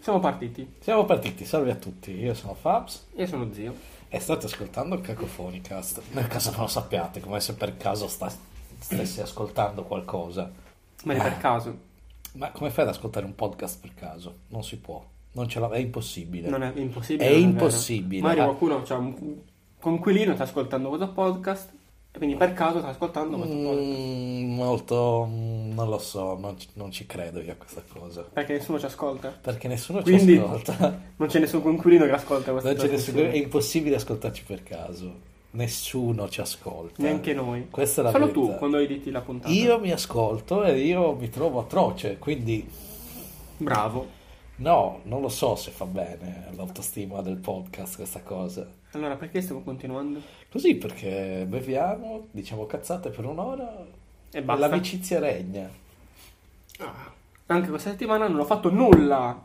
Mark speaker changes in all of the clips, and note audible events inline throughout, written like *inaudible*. Speaker 1: Siamo partiti.
Speaker 2: Siamo partiti, salve a tutti, io sono Fabs
Speaker 1: Io sono zio.
Speaker 2: e state ascoltando Cacofonicast. Nel caso non lo sappiate, come se per caso sta- stessi ascoltando qualcosa.
Speaker 1: Ma è per
Speaker 2: Eh.
Speaker 1: caso.
Speaker 2: Ma come fai ad ascoltare un podcast per caso? Non si può, non ce la- è impossibile.
Speaker 1: Non è impossibile.
Speaker 2: È
Speaker 1: non vero.
Speaker 2: impossibile.
Speaker 1: Magari
Speaker 2: Ah.
Speaker 1: qualcuno, cioè un conquilino sta ascoltando questo podcast e quindi per caso sta ascoltando questo podcast.
Speaker 2: Mm, molto, mm, non lo so, non, ci- non ci credo io a questa cosa.
Speaker 1: Perché nessuno ci ascolta.
Speaker 2: Perché nessuno
Speaker 1: Quindi-
Speaker 2: ci ascolta.
Speaker 1: *laughs* Non c'è nessun conquilino che ascolta questa
Speaker 2: Non c'è nessuno-
Speaker 1: trasmissione.
Speaker 2: è impossibile ascoltarci per caso. Nessuno ci ascolta.
Speaker 1: Neanche noi.
Speaker 2: Eh, Questa è la
Speaker 1: Solo
Speaker 2: verità.
Speaker 1: tu quando editi la puntata.
Speaker 2: Io mi ascolto e io mi trovo atroce, quindi
Speaker 1: Bravo.
Speaker 2: no, non lo so se fa bene l'autostima del podcast questa cosa.
Speaker 1: Allora, perché stiamo continuando?
Speaker 2: Così perché beviamo, diciamo cazzate per un'ora
Speaker 1: E basta.
Speaker 2: l'amicizia regna.
Speaker 1: Anche questa settimana non ho fatto nulla.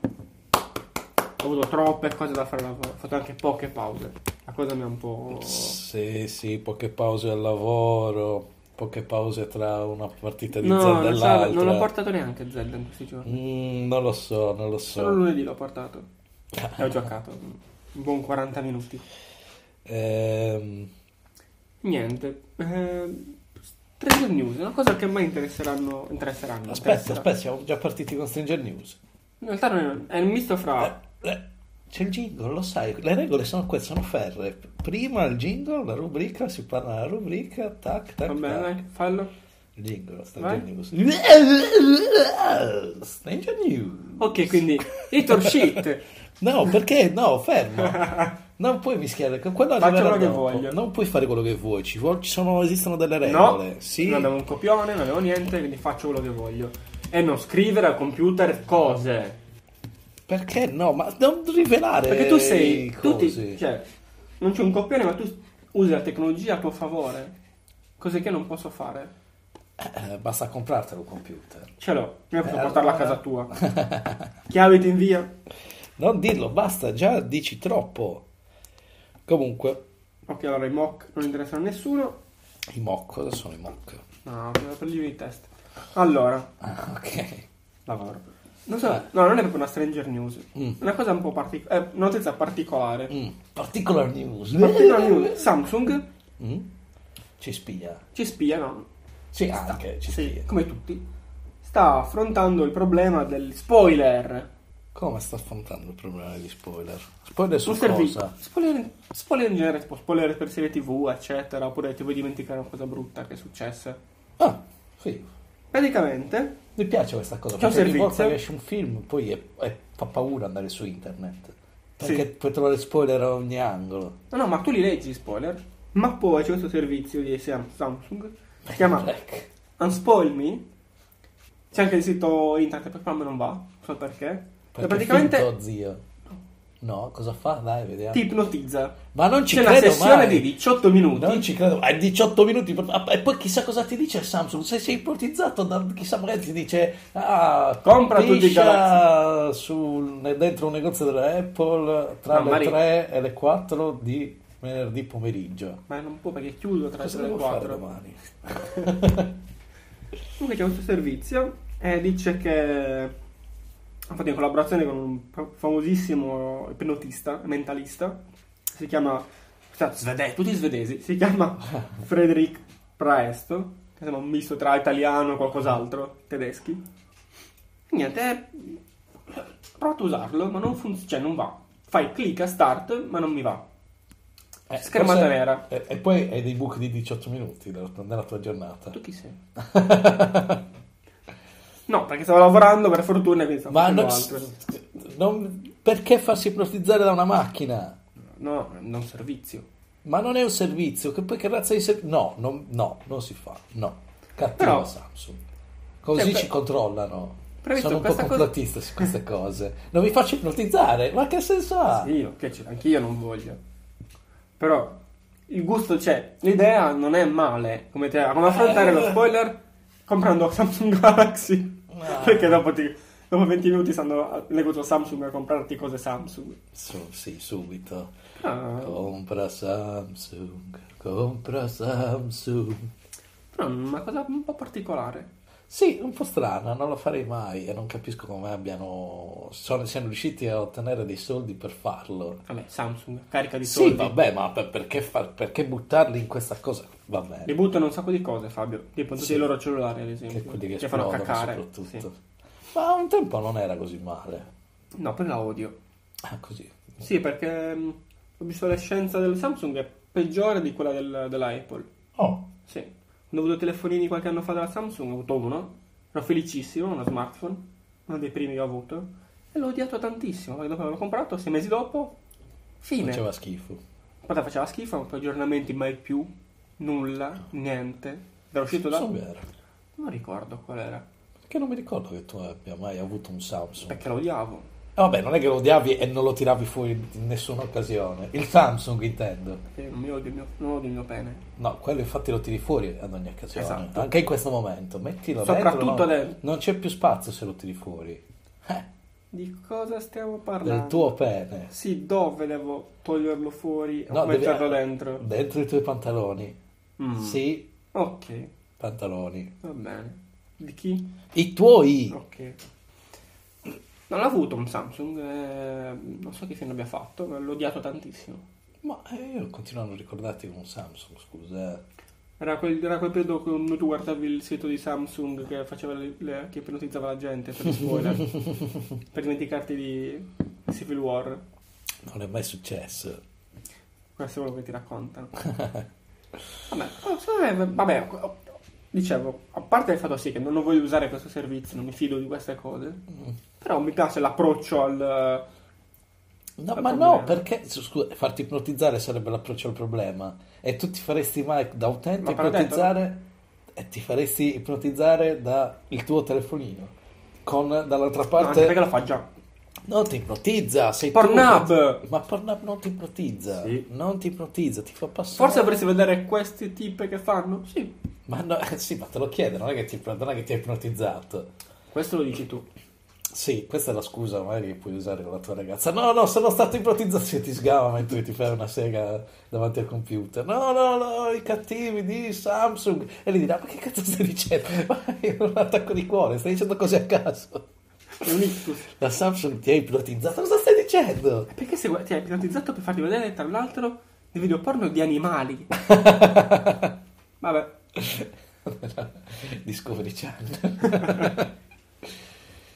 Speaker 1: Ho avuto troppe cose da fare, ho fatto anche poche pause. La cosa mi ha un po'...
Speaker 2: Sì, sì, poche pause al lavoro, poche pause tra una partita di
Speaker 1: No,
Speaker 2: Zelda e
Speaker 1: non, sa-
Speaker 2: l'altra.
Speaker 1: non l'ho portato neanche Zelda in questi giorni.
Speaker 2: Mm, non lo so, non lo
Speaker 1: Solo
Speaker 2: so.
Speaker 1: lunedì l'ho portato.
Speaker 2: *laughs*
Speaker 1: E ho giocato un buon 40 minuti.
Speaker 2: Ehm,
Speaker 1: Niente. Eh, Stranger News, una cosa che a me interesseranno. interesseranno
Speaker 2: aspetta,
Speaker 1: interessa.
Speaker 2: aspetta, siamo già partiti con Stranger News.
Speaker 1: In realtà non è, è un misto fra.
Speaker 2: Eh, eh, C'è il jingle, lo sai, le regole sono queste, sono ferre. Prima il jingle, la rubrica, si parla della rubrica, tac, tac,
Speaker 1: Va bene,
Speaker 2: tac.
Speaker 1: dai, fallo.
Speaker 2: Il jingle, Stranger
Speaker 1: Vai.
Speaker 2: News. Stranger News.
Speaker 1: Ok, quindi. Hit
Speaker 2: *laughs*
Speaker 1: or shit. *laughs*
Speaker 2: No, perché? No, fermo. Non puoi mischiare, con quello
Speaker 1: Faccio
Speaker 2: arriverà
Speaker 1: quello che
Speaker 2: dopo.
Speaker 1: voglio.
Speaker 2: Non puoi fare quello che vuoi, ci, vuol- ci sono, esistono delle regole.
Speaker 1: No,
Speaker 2: sì.
Speaker 1: non avevo un copione, non avevo niente, quindi faccio quello che voglio. E non scrivere al computer cose.
Speaker 2: Perché no? Ma non rivelare
Speaker 1: Perché tu sei. Tu ti-
Speaker 2: cose.
Speaker 1: cioè, non c'è un copione, ma tu usi la tecnologia a tuo favore. Cose che non posso fare.
Speaker 2: Eh, basta comprartelo un computer.
Speaker 1: Ce l'ho, io posso
Speaker 2: Eh,
Speaker 1: portarla a
Speaker 2: allora.
Speaker 1: casa
Speaker 2: *laughs*
Speaker 1: tua. Chiave ti invia.
Speaker 2: Non dirlo, basta, già dici troppo. Comunque,
Speaker 1: Ok, allora i mock non interessano a nessuno.
Speaker 2: i mock, cosa sono i mock?
Speaker 1: No, devo togliermi di testa. Allora,
Speaker 2: Ah, ok.
Speaker 1: lavoro. Non so, no, non è proprio una stranger news.
Speaker 2: Eh. Mm.
Speaker 1: Una cosa un po' particolare. notizia particolare.
Speaker 2: Mm, Particular news.
Speaker 1: Particolar news. Samsung
Speaker 2: Mm? Ci spia.
Speaker 1: ci spia, no?
Speaker 2: Sì, anche ci
Speaker 1: Sì,
Speaker 2: spia.
Speaker 1: come tutti. Sta affrontando il problema degli spoiler.
Speaker 2: Come sta affrontando il problema degli spoiler? Spoiler su
Speaker 1: Un
Speaker 2: cosa?
Speaker 1: servizio. Spoiler, spoiler in genere, tipo spoiler per serie tv, eccetera, oppure ti vuoi dimenticare una cosa brutta che è successa.
Speaker 2: Ah, sì.
Speaker 1: Praticamente,
Speaker 2: Mi piace questa cosa,
Speaker 1: C'è un
Speaker 2: perché ogni
Speaker 1: servizio.
Speaker 2: volta che esce un film poi è- è- fa paura andare su internet. Perché
Speaker 1: Sì.
Speaker 2: puoi trovare spoiler a ogni angolo.
Speaker 1: no, no, ma tu li leggi gli spoiler, ma poi c'è questo servizio di Sam- Samsung, si chiama
Speaker 2: *laughs* Black.
Speaker 1: Unspoil Me, c'è anche il sito internet, per quello non va, non so perché,
Speaker 2: Perché
Speaker 1: e praticamente
Speaker 2: finto, zio. No, cosa fa? Dai, vediamo.
Speaker 1: ti ipnotizza.
Speaker 2: Ma non ci
Speaker 1: C'è una
Speaker 2: credo
Speaker 1: sessione
Speaker 2: mai.
Speaker 1: di 18 minuti.
Speaker 2: Non ci credo, hai 18 minuti per- ah, e poi chissà cosa ti dice Samsung. Se sei ipnotizzato, da- chissà magari ti dice: ah,
Speaker 1: Compra tutti i
Speaker 2: piscia sul- dentro un negozio della Apple tra
Speaker 1: No,
Speaker 2: le
Speaker 1: Mari-
Speaker 2: 3 e le 4 di venerdì pomeriggio.
Speaker 1: Ma non può perché è chiuso tra le
Speaker 2: Cosa
Speaker 1: tre e le
Speaker 2: devo fare
Speaker 1: 4.
Speaker 2: domani?
Speaker 1: Comunque c'è questo servizio e dice che ha fatto in collaborazione con un fa- famosissimo ipnotista, mentalista, si chiama, scusate, svede- tutti svedesi, si
Speaker 2: *laughs*
Speaker 1: chiama Frederick Praesto, che sembra un misto tra italiano e qualcos'altro, tedeschi. Niente, eh, ho provato a usarlo, ma non funziona, cioè non va. Fai clic a start, ma non mi va.
Speaker 2: Eh,
Speaker 1: Schermata
Speaker 2: forse-
Speaker 1: vera.
Speaker 2: E, e poi hai dei buchi di 18 minuti nella, nella tua giornata.
Speaker 1: Tu chi
Speaker 2: *laughs*
Speaker 1: sei? no, perché stavo lavorando per fortuna e quindi stavo
Speaker 2: Ma
Speaker 1: facendo
Speaker 2: non,
Speaker 1: altro.
Speaker 2: non- perché farsi ipnotizzare da una macchina?
Speaker 1: No, non servizio.
Speaker 2: Ma non è un servizio, che poi che razza di servizio? No, non, no, non si fa, no. Cattiva
Speaker 1: Però-
Speaker 2: Samsung. Così
Speaker 1: Cioè, pre-
Speaker 2: ci controllano.
Speaker 1: previsto
Speaker 2: Sono un po'
Speaker 1: questa cosa-
Speaker 2: complotista su queste cose. Non mi faccio ipnotizzare, ma che senso ha?
Speaker 1: Sì, ok, c'è- anch'io non voglio. Però il gusto c'è. L'idea non è male. Come, te,
Speaker 2: Eh.
Speaker 1: come affrontare lo spoiler? Comprando Samsung *laughs* Galaxy.
Speaker 2: Ma-
Speaker 1: Perché dopo, ti- dopo 20 minuti stanno a- leggo su Samsung a comprarti cose Samsung.
Speaker 2: Su- sì, subito.
Speaker 1: Ah,
Speaker 2: Compra Samsung, compra Samsung.
Speaker 1: però è una cosa un po' particolare.
Speaker 2: Sì, un po' strana, non la farei mai e non capisco come abbiano, sono, siano riusciti a ottenere dei soldi per farlo.
Speaker 1: Vabbè, Samsung, carica di
Speaker 2: Sì,
Speaker 1: soldi.
Speaker 2: vabbè, ma per- perché, far- perché buttarli in questa cosa? Vabbè,
Speaker 1: Li buttano un sacco di cose, Fabio. Tipo tutti
Speaker 2: Sì.
Speaker 1: i loro cellulari, ad
Speaker 2: che
Speaker 1: esempio.
Speaker 2: quelli che
Speaker 1: che fanno
Speaker 2: esplodono
Speaker 1: caccare.
Speaker 2: soprattutto.
Speaker 1: Sì.
Speaker 2: Ma un tempo non era così male.
Speaker 1: No, poi la odio.
Speaker 2: Ah, così.
Speaker 1: Sì, perché mh, ho visto la scienza del Samsung è peggiore di quella del- della Apple.
Speaker 2: Oh,
Speaker 1: Sì. Quando ho avuto i telefonini qualche anno fa della Samsung, ho avuto uno. Ero felicissimo, uno smartphone, uno dei primi che ho avuto. E l'ho odiato tantissimo, perché dopo l'ho comprato, sei mesi dopo, fine.
Speaker 2: faceva schifo.
Speaker 1: Poi la faceva schifo, non poi aggiornamenti mai più, nulla, niente. Era uscito da...
Speaker 2: Non so vero,
Speaker 1: Non ricordo qual era,
Speaker 2: perché non mi ricordo che tu abbia mai avuto un Samsung.
Speaker 1: perché lo odiavo.
Speaker 2: Eh, Vabbè, non è che lo odiavi e non lo tiravi fuori in nessuna occasione. Il Samsung intendo.
Speaker 1: Perché non mi odio il mio, non odio il mio pene.
Speaker 2: No, quello infatti lo tiri fuori ad ogni occasione,
Speaker 1: Esatto.
Speaker 2: anche in questo momento. Mettilo
Speaker 1: Soprattutto
Speaker 2: dentro, no?
Speaker 1: dentro.
Speaker 2: Non c'è più spazio se lo tiri fuori. Eh,
Speaker 1: Di cosa stiamo parlando?
Speaker 2: del tuo pene.
Speaker 1: Sì, dove devo toglierlo fuori o
Speaker 2: No, devi-
Speaker 1: metterlo dentro?
Speaker 2: Dentro i tuoi pantaloni.
Speaker 1: Mm.
Speaker 2: Sì,
Speaker 1: Ok,
Speaker 2: pantaloni.
Speaker 1: va bene. Di chi?
Speaker 2: I tuoi.
Speaker 1: Ok. Non l'ho avuto un Samsung, eh, non so che fine abbia fatto, ma l'ho odiato tantissimo.
Speaker 2: Ma eh, io continuo a non ricordarti con un Samsung, scusa. eh.
Speaker 1: Era quel, era quel periodo quando tu guardavi il sito di Samsung che faceva le- le- che ipnotizzava la gente per i
Speaker 2: *laughs*
Speaker 1: spoiler, per dimenticarti di Civil War.
Speaker 2: Non è mai successo.
Speaker 1: Questo è quello che ti raccontano. vabbè, oh, sai, vabbè, oh, dicevo, a parte il fatto sì che non lo voglio usare questo servizio, non mi fido di queste cose, però mi piace l'approccio al...
Speaker 2: No,
Speaker 1: Al
Speaker 2: ma
Speaker 1: problema.
Speaker 2: no, perché su- scusa, farti ipnotizzare sarebbe l'approccio al problema. E tu ti faresti mai da utente
Speaker 1: Ma te l'ho detto,
Speaker 2: ipnotizzare e ti faresti ipnotizzare dal tuo telefonino. Con dall'altra
Speaker 1: No, anche
Speaker 2: parte.
Speaker 1: perché lo fa già.
Speaker 2: Non ti ipnotizza, sei tu
Speaker 1: Pornhub!
Speaker 2: che- Ma Pornhub non ti ipnotizza.
Speaker 1: Sì.
Speaker 2: Non ti ipnotizza, ti fa passare.
Speaker 1: Forse dovresti vedere questi tipi che fanno? Sì.
Speaker 2: Ma no, *laughs* sì, ma te lo chiede, non è che ti, non è che ti ha ipnotizzato.
Speaker 1: Questo lo dici tu.
Speaker 2: Sì, questa è la scusa magari che puoi usare con la tua ragazza. No, no, sono stato ipnotizzato se ti sgama mentre ti fai una sega davanti al computer. No, no, no, i cattivi di Samsung. E gli dirà, ma che cazzo stai dicendo? Ma è un attacco di cuore, stai dicendo cose a caso.
Speaker 1: È un
Speaker 2: *laughs*
Speaker 1: ictus.
Speaker 2: La Samsung ti ha ipnotizzato, cosa stai dicendo? *laughs*
Speaker 1: Perché se guardi- ti hai ipnotizzato per farti vedere, tra l'altro, dei video porno di animali? vabbè.
Speaker 2: Discovery Channel.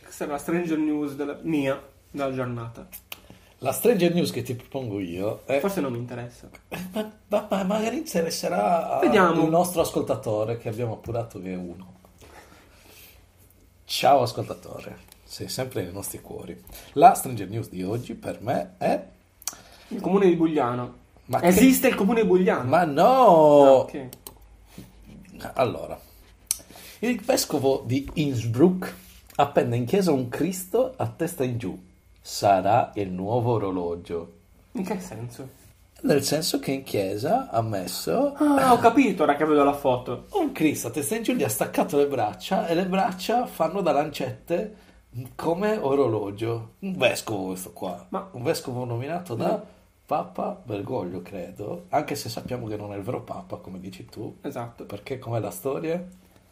Speaker 1: Questa è una stranger news della- mia, della giornata.
Speaker 2: La Stranger News che ti propongo io è...
Speaker 1: Forse non mi interessa.
Speaker 2: Ma, ma- ma magari interesserà
Speaker 1: Vediamo.
Speaker 2: il nostro ascoltatore che abbiamo appurato che è uno. Ciao ascoltatore, sei sempre nei nostri cuori. La Stranger News di oggi per me è...
Speaker 1: Il comune di Bugliano.
Speaker 2: Ma che-
Speaker 1: Esiste il comune di Bugliano?
Speaker 2: Ma no!
Speaker 1: Ok.
Speaker 2: Allora, il vescovo di Innsbruck appende in chiesa un Cristo a testa in giù. Sarà il nuovo orologio.
Speaker 1: In che senso?
Speaker 2: Nel senso che in chiesa ha messo
Speaker 1: Ah, ho capito ora che vedo la foto.
Speaker 2: un Cristo a testa in giù, gli ha staccato le braccia e le braccia fanno da lancette come orologio. Un vescovo questo qua,
Speaker 1: Ma- Eh.
Speaker 2: un vescovo nominato da Papa Bergoglio, credo, anche se sappiamo che non è il vero Papa, come dici tu,
Speaker 1: Esatto.
Speaker 2: perché com'è la storia?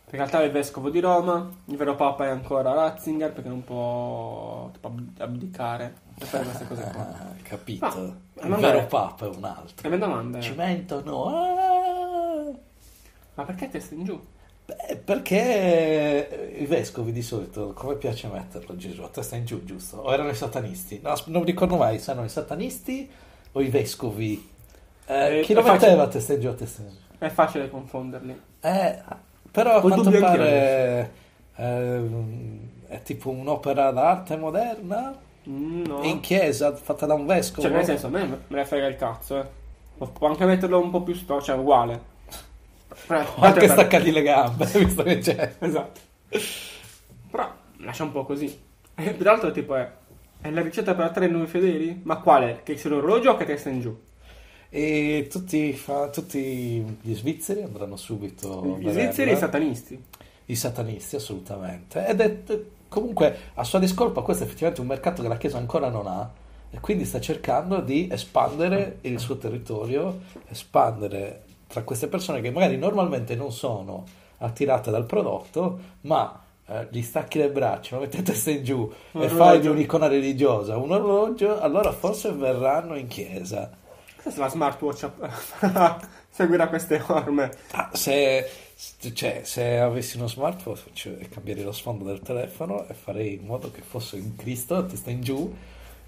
Speaker 1: In realtà è il vescovo di Roma, il vero papa è ancora Ratzinger perché non può tipo, ab- abdicare per fare queste cose qua.
Speaker 2: Ah, capito.
Speaker 1: Ma- ma
Speaker 2: il
Speaker 1: Ah, non
Speaker 2: vero
Speaker 1: è- Eh.
Speaker 2: Papa è un altro.
Speaker 1: La mia domanda è,
Speaker 2: Cimento no. Ah!
Speaker 1: ma perché testa in giù?
Speaker 2: Beh, perché i vescovi di solito, come piace metterlo Gesù, a testa in giù, giusto? O erano i satanisti? No, non mi ricordo mai se erano i satanisti o i vescovi. Eh,
Speaker 1: Eh,
Speaker 2: chi lo
Speaker 1: è facile.
Speaker 2: metteva a testa in giù, a testa in giù?
Speaker 1: È facile confonderli.
Speaker 2: Eh, però a
Speaker 1: Col
Speaker 2: quanto
Speaker 1: dubbio anch'io eh.
Speaker 2: pare ehm, è tipo un'opera d'arte moderna
Speaker 1: Mm, No.
Speaker 2: in chiesa fatta da un vescovo.
Speaker 1: Cioè, nel senso, a me me ne frega il cazzo, eh. Po- Può anche metterlo un po' più sto, cioè, uguale. Però-
Speaker 2: Anche
Speaker 1: però-
Speaker 2: staccargli le gambe, *laughs* visto che c'è.
Speaker 1: Esatto. Però lascia un po' così. E tra l'altro Eh, tipo è, è la ricetta per attrarre nuovi fedeli? Ma quale? Che c'è l'orologio o che testa in giù?
Speaker 2: E tutti, fa- tutti gli svizzeri andranno subito a eh?
Speaker 1: Gli svizzeri e i
Speaker 2: Verona.
Speaker 1: satanisti.
Speaker 2: I satanisti, assolutamente. Ed è eh, comunque a sua discolpa, questo è effettivamente un mercato che la Chiesa ancora non ha, e quindi sta cercando di espandere il suo territorio, espandere tra queste persone che magari normalmente non sono attirata dal prodotto, ma eh, gli stacchi le braccia, lo metti a testa in giù
Speaker 1: Un
Speaker 2: e
Speaker 1: orologio.
Speaker 2: fai di un'icona religiosa un orologio, allora forse verranno in chiesa.
Speaker 1: Chissà se la smartwatch a- *laughs* seguirà queste norme.
Speaker 2: Ah, se, s- cioè, se avessi uno smartphone cioè, cambierei lo sfondo del telefono e farei in modo che fosse un Cristo a testa in giù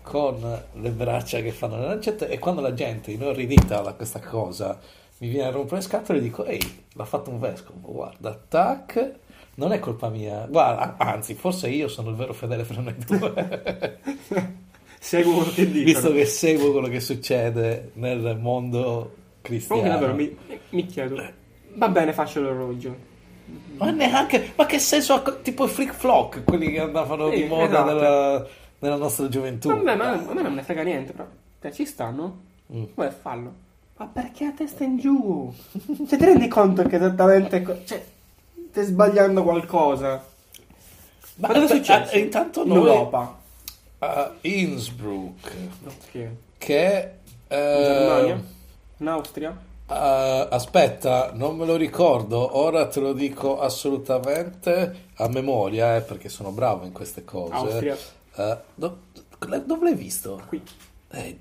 Speaker 2: con le braccia che fanno le lancette e quando la gente inorridita da questa cosa mi viene a rompere le scatole e dico ehi l'ha fatto un vescovo guarda tac non è colpa mia guarda anzi forse io sono il vero fedele fra noi
Speaker 1: *laughs*
Speaker 2: due
Speaker 1: Seguo quello che dicono.
Speaker 2: visto che seguo quello che succede nel mondo
Speaker 1: Comunque davvero
Speaker 2: cristiano
Speaker 1: mi, mi chiedo, va bene faccio l'orologio.
Speaker 2: Ma neanche, ma che senso ha co- tipo i freak flock, quelli che andavano
Speaker 1: Sì,
Speaker 2: di moda
Speaker 1: esatto.
Speaker 2: nella, nella nostra gioventù?
Speaker 1: Vabbè, ma a me non me ne frega niente, però. Cioè, ci stanno?
Speaker 2: Mm.
Speaker 1: Vuoi fallo? Ma perché a testa in giù? *laughs* Cioè, ti rendi conto che esattamente... co- cioè, stai sbagliando qualcosa. Ma dove è
Speaker 2: aspetta,
Speaker 1: successo?
Speaker 2: eh, intanto
Speaker 1: In
Speaker 2: noi
Speaker 1: Europa.
Speaker 2: a Innsbruck,
Speaker 1: Ok.
Speaker 2: che eh,
Speaker 1: In Germania? In Austria?
Speaker 2: eh, aspetta, non me lo ricordo, ora te lo dico assolutamente a memoria, eh, perché sono bravo in queste cose.
Speaker 1: Austria.
Speaker 2: Eh, do- dove l'hai visto?
Speaker 1: Qui.
Speaker 2: Eh,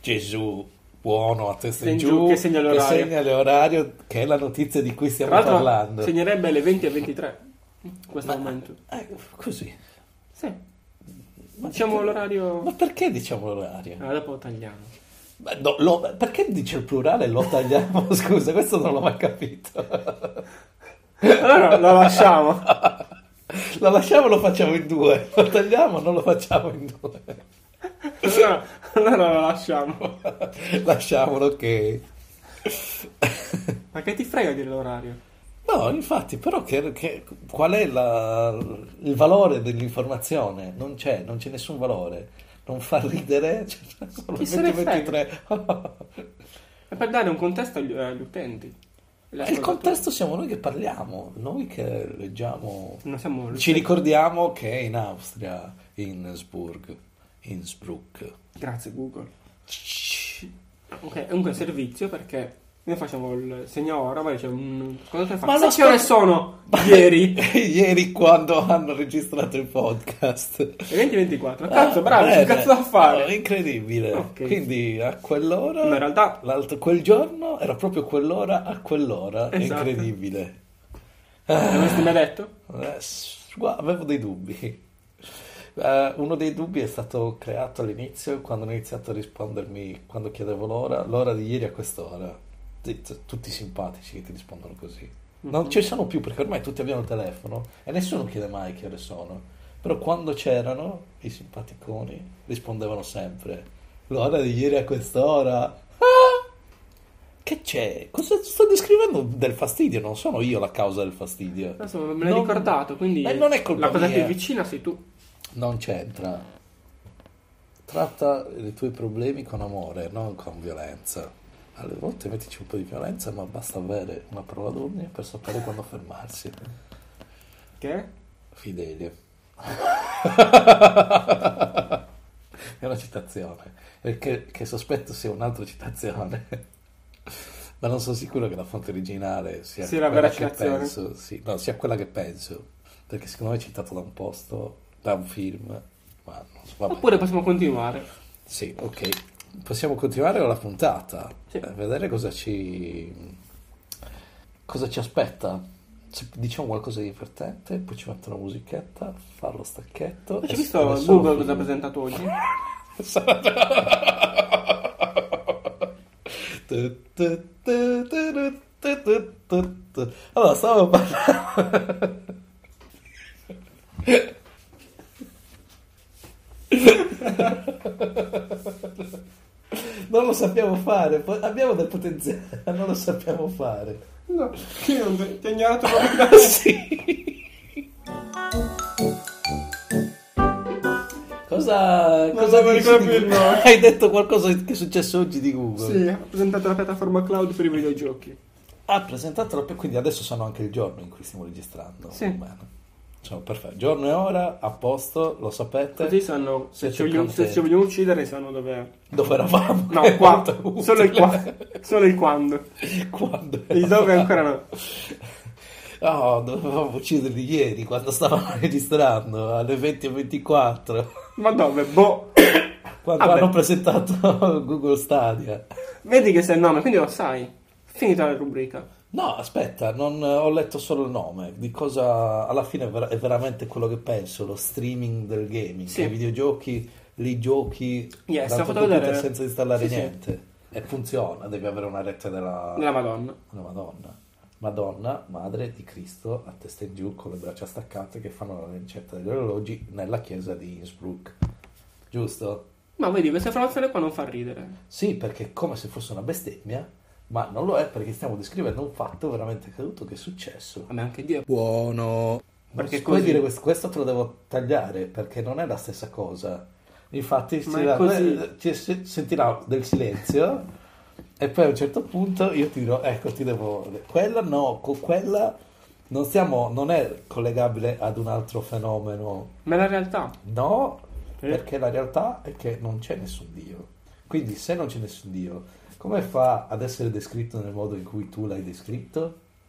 Speaker 2: Gesù buono a testa
Speaker 1: Testa
Speaker 2: in
Speaker 1: in
Speaker 2: giù
Speaker 1: giù, che segna l'orario.
Speaker 2: che segna l'orario, che è la notizia di cui stiamo
Speaker 1: Tra l'altro
Speaker 2: parlando.
Speaker 1: segnerebbe le 20 e 23 in questo
Speaker 2: Ma-
Speaker 1: momento.
Speaker 2: Eh, così.
Speaker 1: Sì. Diciamo l'orario...
Speaker 2: Ma perché diciamo l'orario?
Speaker 1: Ah, dopo lo
Speaker 2: *laughs*
Speaker 1: tagliamo.
Speaker 2: Beh, no, lo- perché dice il plurale lo tagliamo? *laughs* Scusa, questo non l'ho mai capito.
Speaker 1: Allora lo lasciamo.
Speaker 2: Lo lasciamo, lo facciamo in due. Lo tagliamo, non lo facciamo in due. *laughs*
Speaker 1: Allora, allora lo lasciamo.
Speaker 2: Lasciamolo, ok.
Speaker 1: Ma che ti frega dire l'orario?
Speaker 2: No, infatti, però che- che- qual è la- il valore dell'informazione? Non c'è, non c'è nessun valore. Non fa ridere, *laughs* cioè, c'è solo
Speaker 1: Chi
Speaker 2: il
Speaker 1: se ne
Speaker 2: 2023.
Speaker 1: È per dare un contesto agli, agli utenti. Agli
Speaker 2: Ma il
Speaker 1: ascoltatori.
Speaker 2: contesto siamo noi che parliamo, noi che leggiamo.
Speaker 1: Non siamo
Speaker 2: Ci ricordiamo che è in Austria, Innsbruck, Innsbruck.
Speaker 1: Grazie Google. Ok, comunque è un servizio perché noi facciamo il segno ora, poi c'è un... "Mm, Cosa te fa? Ma
Speaker 2: Ma lo
Speaker 1: che ore
Speaker 2: spe- *laughs*
Speaker 1: sono? Ieri.
Speaker 2: *laughs* Ieri quando hanno registrato il podcast.
Speaker 1: Le 20.24. Cazzo,
Speaker 2: Ah,
Speaker 1: bravi,
Speaker 2: bene.
Speaker 1: che cazzo da
Speaker 2: No,
Speaker 1: fare?
Speaker 2: incredibile.
Speaker 1: Ok.
Speaker 2: Quindi a quell'ora,
Speaker 1: No, in realtà-
Speaker 2: l'altro- quel giorno era proprio quell'ora a quell'ora. È
Speaker 1: Esatto.
Speaker 2: incredibile.
Speaker 1: L'avresti Eh, mai detto?
Speaker 2: Eh, s- gua- avevo dei dubbi. Eh, uno dei dubbi è stato creato all'inizio quando hanno iniziato a rispondermi quando chiedevo l'ora, l'ora di ieri a quest'ora. Zitto, Tutti simpatici che ti rispondono così. Non ci sono più perché ormai tutti abbiamo il telefono e nessuno chiede mai che ore sono. Però quando c'erano i simpaticoni rispondevano sempre l'ora di ieri a quest'ora. Ah! Che c'è? Cosa sto descrivendo del fastidio? Non sono io la causa del fastidio.
Speaker 1: Adesso me l'hai
Speaker 2: Non-
Speaker 1: ricordato, quindi
Speaker 2: Eh, non è colpa
Speaker 1: la cosa
Speaker 2: mia.
Speaker 1: più vicina sei tu.
Speaker 2: Non c'entra. Tratta i tuoi problemi con amore, non con violenza. Alle volte mettici un po' di violenza, ma basta avere una parola d'ordine per sapere quando fermarsi.
Speaker 1: Che?
Speaker 2: Fidelio. *laughs* È una citazione. Perché che sospetto sia un'altra citazione. *laughs* Ma non sono sicuro che la fonte originale sia
Speaker 1: Sia la
Speaker 2: quella
Speaker 1: vera
Speaker 2: che
Speaker 1: citazione.
Speaker 2: penso. Sì, no, sia quella che penso. Perché secondo me è citato da un posto, da un film. Ma non so, vabbè.
Speaker 1: Oppure possiamo continuare.
Speaker 2: Sì, ok. Possiamo continuare con la puntata.
Speaker 1: Sì.
Speaker 2: Eh, vedere cosa ci... cosa ci aspetta. Se diciamo qualcosa di divertente, poi ci mettono la musichetta, fa lo stacchetto.
Speaker 1: Hai
Speaker 2: e
Speaker 1: visto
Speaker 2: se ne
Speaker 1: Cioè, Google cosa
Speaker 2: sono
Speaker 1: ha
Speaker 2: figli.
Speaker 1: presentato oggi?
Speaker 2: Allora, stavo *laughs* parlando... Non lo sappiamo fare, po- abbiamo del potenziale, *laughs* ma non lo sappiamo fare.
Speaker 1: No, io non ti ti ho ignorato proprio.
Speaker 2: *laughs* Cosa,
Speaker 1: Non
Speaker 2: cosa
Speaker 1: me lo
Speaker 2: dici
Speaker 1: ricordo
Speaker 2: di-
Speaker 1: il nome.
Speaker 2: *laughs* Hai detto qualcosa che è successo oggi di Google?
Speaker 1: Sì, ha presentato la piattaforma cloud per i videogiochi.
Speaker 2: Ha presentato la quindi adesso sanno anche il giorno in cui stiamo registrando.
Speaker 1: Sì.
Speaker 2: più o meno. Insomma, perfetto. Giorno e ora, a posto, lo sapete.
Speaker 1: Così sanno se
Speaker 2: Siete
Speaker 1: ci, vogliono, se
Speaker 2: contenti.
Speaker 1: ci vogliono uccidere, sanno dove.
Speaker 2: *laughs* Dove eravamo?
Speaker 1: No,
Speaker 2: È
Speaker 1: qua.
Speaker 2: molto utile.
Speaker 1: Solo il, qua, solo il quando.
Speaker 2: Quando
Speaker 1: Il dove ancora no.
Speaker 2: No, dovevamo ucciderli ieri quando stavamo *laughs* registrando alle 20.24
Speaker 1: Ma dove? Boh. *coughs*
Speaker 2: quando
Speaker 1: Vabbè.
Speaker 2: hanno presentato *laughs* Google Stadia.
Speaker 1: Vedi che sei il nome, quindi lo sai. Finita la rubrica.
Speaker 2: No, aspetta, non, ho letto solo il nome, di cosa alla fine è, ver- è veramente quello che penso, lo streaming del gaming,
Speaker 1: Sì.
Speaker 2: che i videogiochi li giochi
Speaker 1: Yes,
Speaker 2: dal
Speaker 1: l'ho fatto
Speaker 2: computer
Speaker 1: vedere.
Speaker 2: senza installare
Speaker 1: Sì, sì.
Speaker 2: niente e funziona, devi avere una rete della...
Speaker 1: Della Madonna.
Speaker 2: La Madonna. Madonna, madre di Cristo, a testa in giù con le braccia staccate che fanno la lancetta degli orologi nella chiesa di Innsbruck. Giusto?
Speaker 1: Ma vedi, questa informazione qua non fa ridere.
Speaker 2: Sì, perché è come se fosse una bestemmia, ma non lo è perché stiamo descrivendo un fatto veramente accaduto che è successo.
Speaker 1: A me anche Dio.
Speaker 2: Buono.
Speaker 1: Perché
Speaker 2: Perché puoi
Speaker 1: così-
Speaker 2: dire questo, questo te lo devo tagliare perché non è la stessa cosa. Infatti
Speaker 1: Ma
Speaker 2: si
Speaker 1: è
Speaker 2: la-
Speaker 1: così.
Speaker 2: ci- si- sentirà del silenzio e poi a un certo punto io ti dirò, ecco ti devo... Quella no, co- quella non, siamo, non è collegabile ad un altro fenomeno.
Speaker 1: Ma è la realtà.
Speaker 2: No,
Speaker 1: Sì.
Speaker 2: perché la realtà è che non c'è nessun Dio. Quindi se non c'è nessun Dio, come fa ad essere descritto nel modo in cui tu l'hai descritto?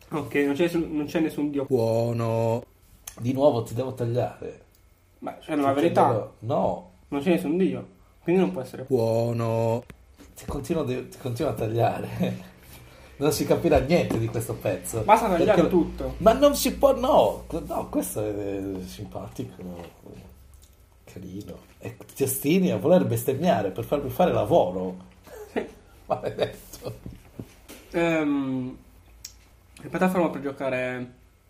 Speaker 1: Ok, non c'è, nessun- non c'è nessun Dio.
Speaker 2: Buono. Di nuovo ti devo tagliare.
Speaker 1: Ma cioè, c'è una
Speaker 2: Ti
Speaker 1: verità.
Speaker 2: devo- No.
Speaker 1: Non c'è nessun Dio. Quindi non può essere.
Speaker 2: Buono. Ti continuo, de- ti continuo a tagliare. *laughs* Non si capirà niente di questo pezzo.
Speaker 1: Basta tagliare
Speaker 2: Perché-
Speaker 1: tutto.
Speaker 2: Ma non si può, no. No, questo è simpatico. Carino. E ti ostini a voler bestemmiare per farmi fare lavoro. *laughs* Maledetto.
Speaker 1: Ehm, la piattaforma per giocare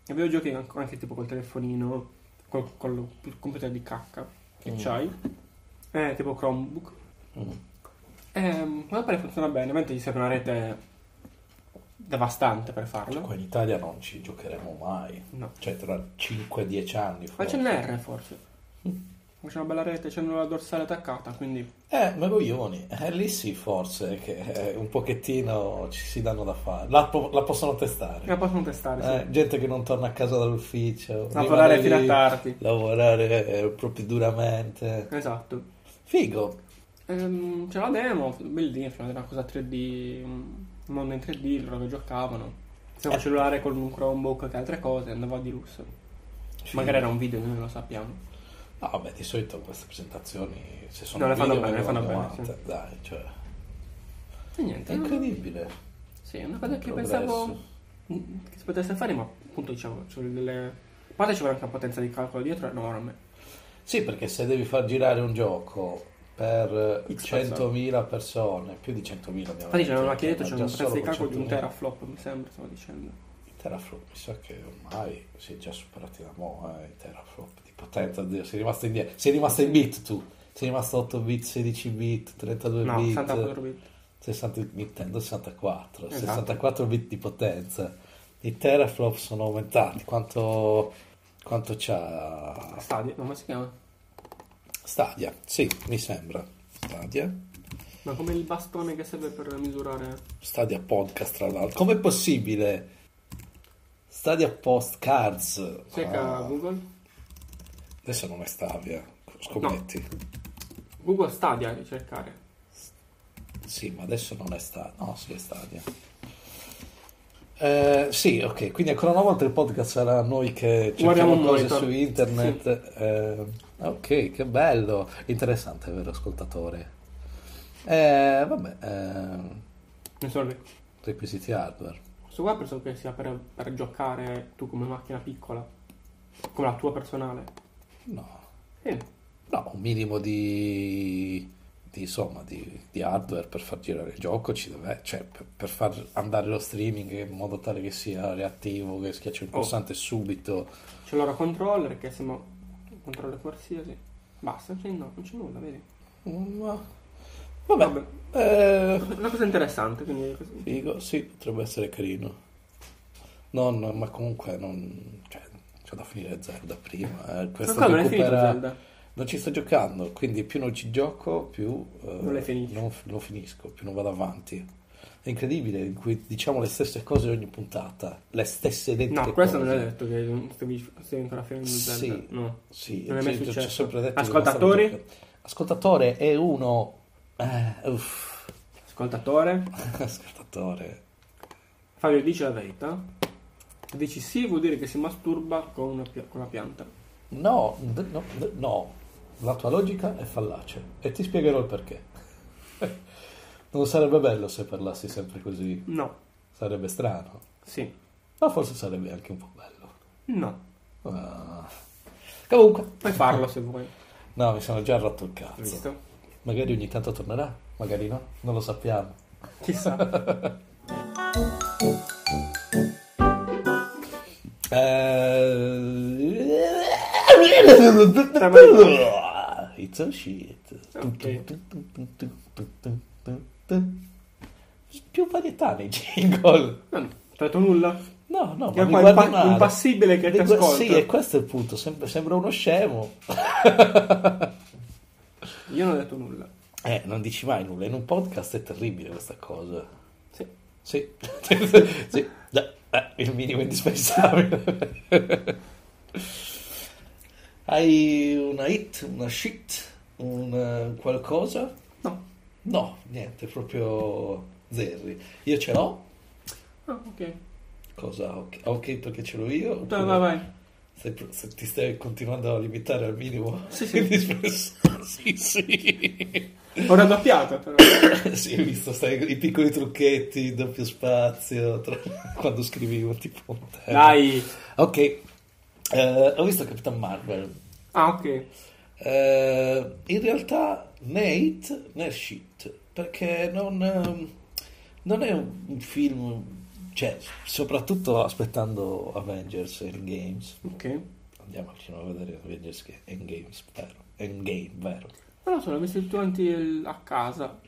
Speaker 1: a videogiochi anche, anche tipo col telefonino, col, col computer di cacca che
Speaker 2: Mm.
Speaker 1: c'hai, eh, tipo Chromebook.
Speaker 2: Mm.
Speaker 1: Ehm, ma pare funziona bene, mentre gli serve una rete devastante per farlo.
Speaker 2: Qua in Italia non ci giocheremo mai.
Speaker 1: No.
Speaker 2: Cioè tra 5-10 anni.
Speaker 1: Ma c'è
Speaker 2: forse.
Speaker 1: l'R forse. Ma C'è una bella rete, c'è una dorsale attaccata, quindi...
Speaker 2: Eh, ma coglioni, eh, lì sì forse che eh, un pochettino ci si danno da fare, la, po- la possono testare,
Speaker 1: La possono testare, sì.
Speaker 2: Eh, gente che non torna a casa dall'ufficio,
Speaker 1: Lavorare
Speaker 2: rimane
Speaker 1: fino a
Speaker 2: lì,
Speaker 1: tardi.
Speaker 2: lavorare eh, proprio duramente,
Speaker 1: Esatto.
Speaker 2: figo,
Speaker 1: Ehm, c'è la demo, bellissima, era una cosa 3D, un mondo in 3D, loro che giocavano. C'era
Speaker 2: Eh.
Speaker 1: un cellulare con un Chromebook che altre cose, andava di lusso. Magari era un video, noi non lo sappiamo.
Speaker 2: no Ah, vabbè di solito queste presentazioni se sono
Speaker 1: No, le fanno
Speaker 2: video,
Speaker 1: bene, le fanno
Speaker 2: vanno
Speaker 1: bene,
Speaker 2: avanti. dai, cioè,
Speaker 1: Eh, E niente,
Speaker 2: è incredibile,
Speaker 1: Sì, è una cosa che
Speaker 2: Eh, Progresso.
Speaker 1: pensavo mm, che si potesse fare, ma appunto diciamo, ci vuole delle... A parte ci vuole anche una potenza di calcolo dietro enorme.
Speaker 2: Sì, perché se devi far girare un gioco per
Speaker 1: X
Speaker 2: 100.000 persone, più di 100.000 ovviamente.
Speaker 1: Infatti ce l'avevano anche detto,
Speaker 2: perché
Speaker 1: c'è
Speaker 2: già
Speaker 1: un potenza
Speaker 2: solo
Speaker 1: di
Speaker 2: con
Speaker 1: calcolo di un
Speaker 2: 100.000.
Speaker 1: teraflop, mi sembra, stavo dicendo.
Speaker 2: I teraflop, mi sa che ormai si è già superati da mo', eh, i teraflop di potenza, oddio, sei rimasto indietro, sei rimasto in bit tu, sei rimasto 8 bit, 16 bit, 32
Speaker 1: No,
Speaker 2: bit,
Speaker 1: 64 bit.
Speaker 2: 60, Nintendo 64,
Speaker 1: Esatto.
Speaker 2: 64 bit di potenza, i teraflop sono aumentati, quanto, quanto c'ha
Speaker 1: Stadia, no, come si chiama?
Speaker 2: Stadia? Sì, mi sembra, Stadia.
Speaker 1: Ma come il bastone che serve per misurare...
Speaker 2: Stadia Podcast, tra l'altro. Com'è possibile? Stadia Postcards.
Speaker 1: Cerca
Speaker 2: Ah,
Speaker 1: Google.
Speaker 2: adesso non è Stadia, scommetti.
Speaker 1: Google Stadia di cercare.
Speaker 2: Sì, ma adesso non è Stadia. No, sì, è Stadia. Eh, sì, ok, quindi ancora una volta il podcast sarà noi che
Speaker 1: Guardiamo
Speaker 2: cerchiamo
Speaker 1: un
Speaker 2: cose
Speaker 1: monitor.
Speaker 2: su internet. Eh, ok, che bello. Interessante, vero ascoltatore? Eh, vabbè, eh,
Speaker 1: Non so, questo
Speaker 2: requisiti hardware.
Speaker 1: qua penso che sia per, per giocare tu come macchina piccola, come la tua personale.
Speaker 2: No,
Speaker 1: Sì.
Speaker 2: No, un minimo di, di, insomma, di, di hardware per far girare il gioco ci deve, cioè per, per far andare lo streaming in modo tale che sia reattivo, che schiacci il
Speaker 1: Oh.
Speaker 2: pulsante subito.
Speaker 1: C'è il loro controller che sembra un controller qualsiasi. Basta, non c'è, no, non c'è nulla, vedi?
Speaker 2: Mm, ma- Vabbè, eh,
Speaker 1: Una cosa interessante, quindi così.
Speaker 2: figo, sì, potrebbe essere carino. Non, ma comunque non, cioè, c'è da finire Zelda prima. eh, Questo
Speaker 1: Ancora non è finito
Speaker 2: recupera-
Speaker 1: Zelda.
Speaker 2: Non ci sto giocando, quindi più non ci gioco, più eh,
Speaker 1: Non l'hai finito.
Speaker 2: non f- lo finisco, più non vado avanti. È incredibile, in cui diciamo le stesse cose ogni puntata, le stesse identiche
Speaker 1: No, questo non
Speaker 2: cose.
Speaker 1: è detto che non stavi, stavi ancora finendo
Speaker 2: Sì.
Speaker 1: Zelda. No.
Speaker 2: Sì,
Speaker 1: Non è mai
Speaker 2: ci- ci ho
Speaker 1: successo.
Speaker 2: sempre detto che
Speaker 1: Ascoltatori?
Speaker 2: non stavo giocando. Ascoltatore è uno... eh, uff. *laughs*
Speaker 1: Ascoltatore,
Speaker 2: Ascoltatore.
Speaker 1: Fabio dice la verità. Dici sì vuol dire che si masturba con una, pia- con una pianta.
Speaker 2: No, d- no, d- no, la tua logica è fallace e ti spiegherò il perché. *laughs* non sarebbe bello se parlassi sempre così,
Speaker 1: No,
Speaker 2: sarebbe strano,
Speaker 1: sì,
Speaker 2: ma forse sarebbe anche un po' bello.
Speaker 1: no.
Speaker 2: Ah. Comunque,
Speaker 1: Puoi farlo se vuoi.
Speaker 2: *laughs* no, mi sono già rotto il cazzo.
Speaker 1: Visto?
Speaker 2: Magari ogni tanto tornerà, magari no, non lo sappiamo.
Speaker 1: Chissà.
Speaker 2: Eh, It's a shit.
Speaker 1: Ok.
Speaker 2: Più varietà nei jingle.
Speaker 1: Non ho detto nulla.
Speaker 2: No, no, ma
Speaker 1: È
Speaker 2: mi
Speaker 1: qua
Speaker 2: guardi
Speaker 1: impa-
Speaker 2: male.
Speaker 1: impassibile che ti
Speaker 2: Mi gua-
Speaker 1: ascolta.
Speaker 2: Sì, e questo è il punto. sem- sembra uno scemo.
Speaker 1: Io non ho detto nulla.
Speaker 2: Eh, non dici mai nulla. In un podcast è terribile questa cosa.
Speaker 1: Sì.
Speaker 2: Sì, *laughs* sì. già, eh, il minimo indispensabile. *laughs* Hai una hit, una shit, un eh, qualcosa?
Speaker 1: No.
Speaker 2: No, niente, proprio zerri. Io ce l'ho.
Speaker 1: Ah, ok.
Speaker 2: Cosa? Ok, ok, perché ce l'ho io?
Speaker 1: Dai, vai,
Speaker 2: oppure
Speaker 1: vai.
Speaker 2: Se, se ti stai continuando a limitare al minimo
Speaker 1: Sì,
Speaker 2: *laughs*
Speaker 1: sì.
Speaker 2: indispensabile. Sì, sì.
Speaker 1: Ho raddoppiato però.
Speaker 2: Eh. *laughs* Sì, ho visto stai, i piccoli trucchetti, il doppio spazio, tra- *laughs* quando scrivivo tipo un testo.
Speaker 1: Dai.
Speaker 2: Ok, Eh, ho visto Capitan Marvel.
Speaker 1: Ah, ok.
Speaker 2: Eh, in realtà né hit né shit, perché non, ehm, non è un un film, cioè, soprattutto aspettando Avengers Endgames.
Speaker 1: Ok.
Speaker 2: Andiamo al cinema a vedere Avengers Endgame, spero. Endgame, vero?
Speaker 1: Non lo so, l'ho messo tutti quanti il- a casa.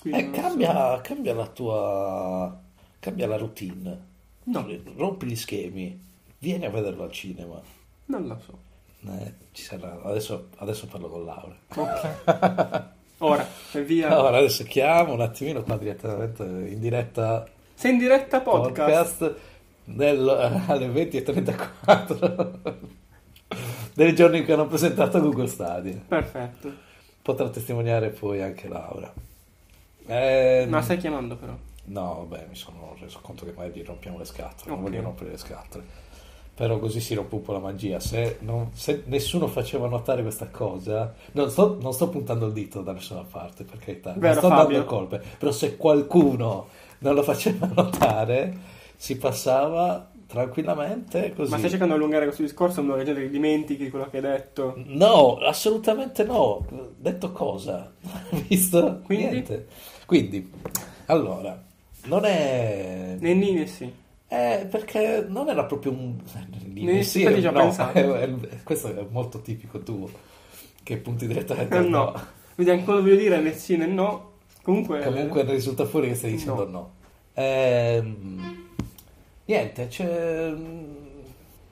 Speaker 1: Quindi
Speaker 2: Eh,
Speaker 1: non lo so.
Speaker 2: cambia, cambia la tua... cambia la routine.
Speaker 1: No.
Speaker 2: Rompi gli schemi, vieni a vederlo al cinema.
Speaker 1: Non lo so.
Speaker 2: Eh, ci sarà... adesso, adesso parlo con Laura.
Speaker 1: Ok. Ora, e via.
Speaker 2: Allora, adesso chiamo un attimino qua direttamente in diretta
Speaker 1: Sei in diretta podcast.
Speaker 2: podcast del- eh, alle 20.34 dei giorni in cui hanno presentato Google Stadia.
Speaker 1: Perfetto.
Speaker 2: Potrà testimoniare poi anche Laura. Eh,
Speaker 1: Ma stai chiamando però.
Speaker 2: No, beh, mi sono reso conto che magari gli rompiamo le scatole, non
Speaker 1: Ok.
Speaker 2: voglio rompere le scatole. Però così si rompe un po' la magia. Se, non- se nessuno faceva notare questa cosa, non sto, non sto puntando il dito da nessuna parte, per carità, non
Speaker 1: Vero,
Speaker 2: sto
Speaker 1: Fabio.
Speaker 2: dando colpe, però se qualcuno non lo faceva *laughs* notare, si passava tranquillamente così.
Speaker 1: Ma stai cercando di allungare questo discorso, non gente che dimentichi quello che hai
Speaker 2: Mm.
Speaker 1: detto.
Speaker 2: No, assolutamente no. Detto cosa? *laughs* Visto?
Speaker 1: Quindi?
Speaker 2: Niente. Quindi, allora, non è...
Speaker 1: Nennini sì.
Speaker 2: Eh, perché non era proprio un... *laughs*
Speaker 1: Ne-
Speaker 2: sì,
Speaker 1: infatti ci ho
Speaker 2: no,
Speaker 1: pensato.
Speaker 2: *laughs* è- questo è molto tipico tuo, che punti direttamente al
Speaker 1: Eh, No.
Speaker 2: no.
Speaker 1: Vediamo cosa voglio dire nel sì e nel no. Comunque. eh,
Speaker 2: Comunque risulta fuori che stai dicendo no.
Speaker 1: No.
Speaker 2: Ehm, niente, c'è- mm,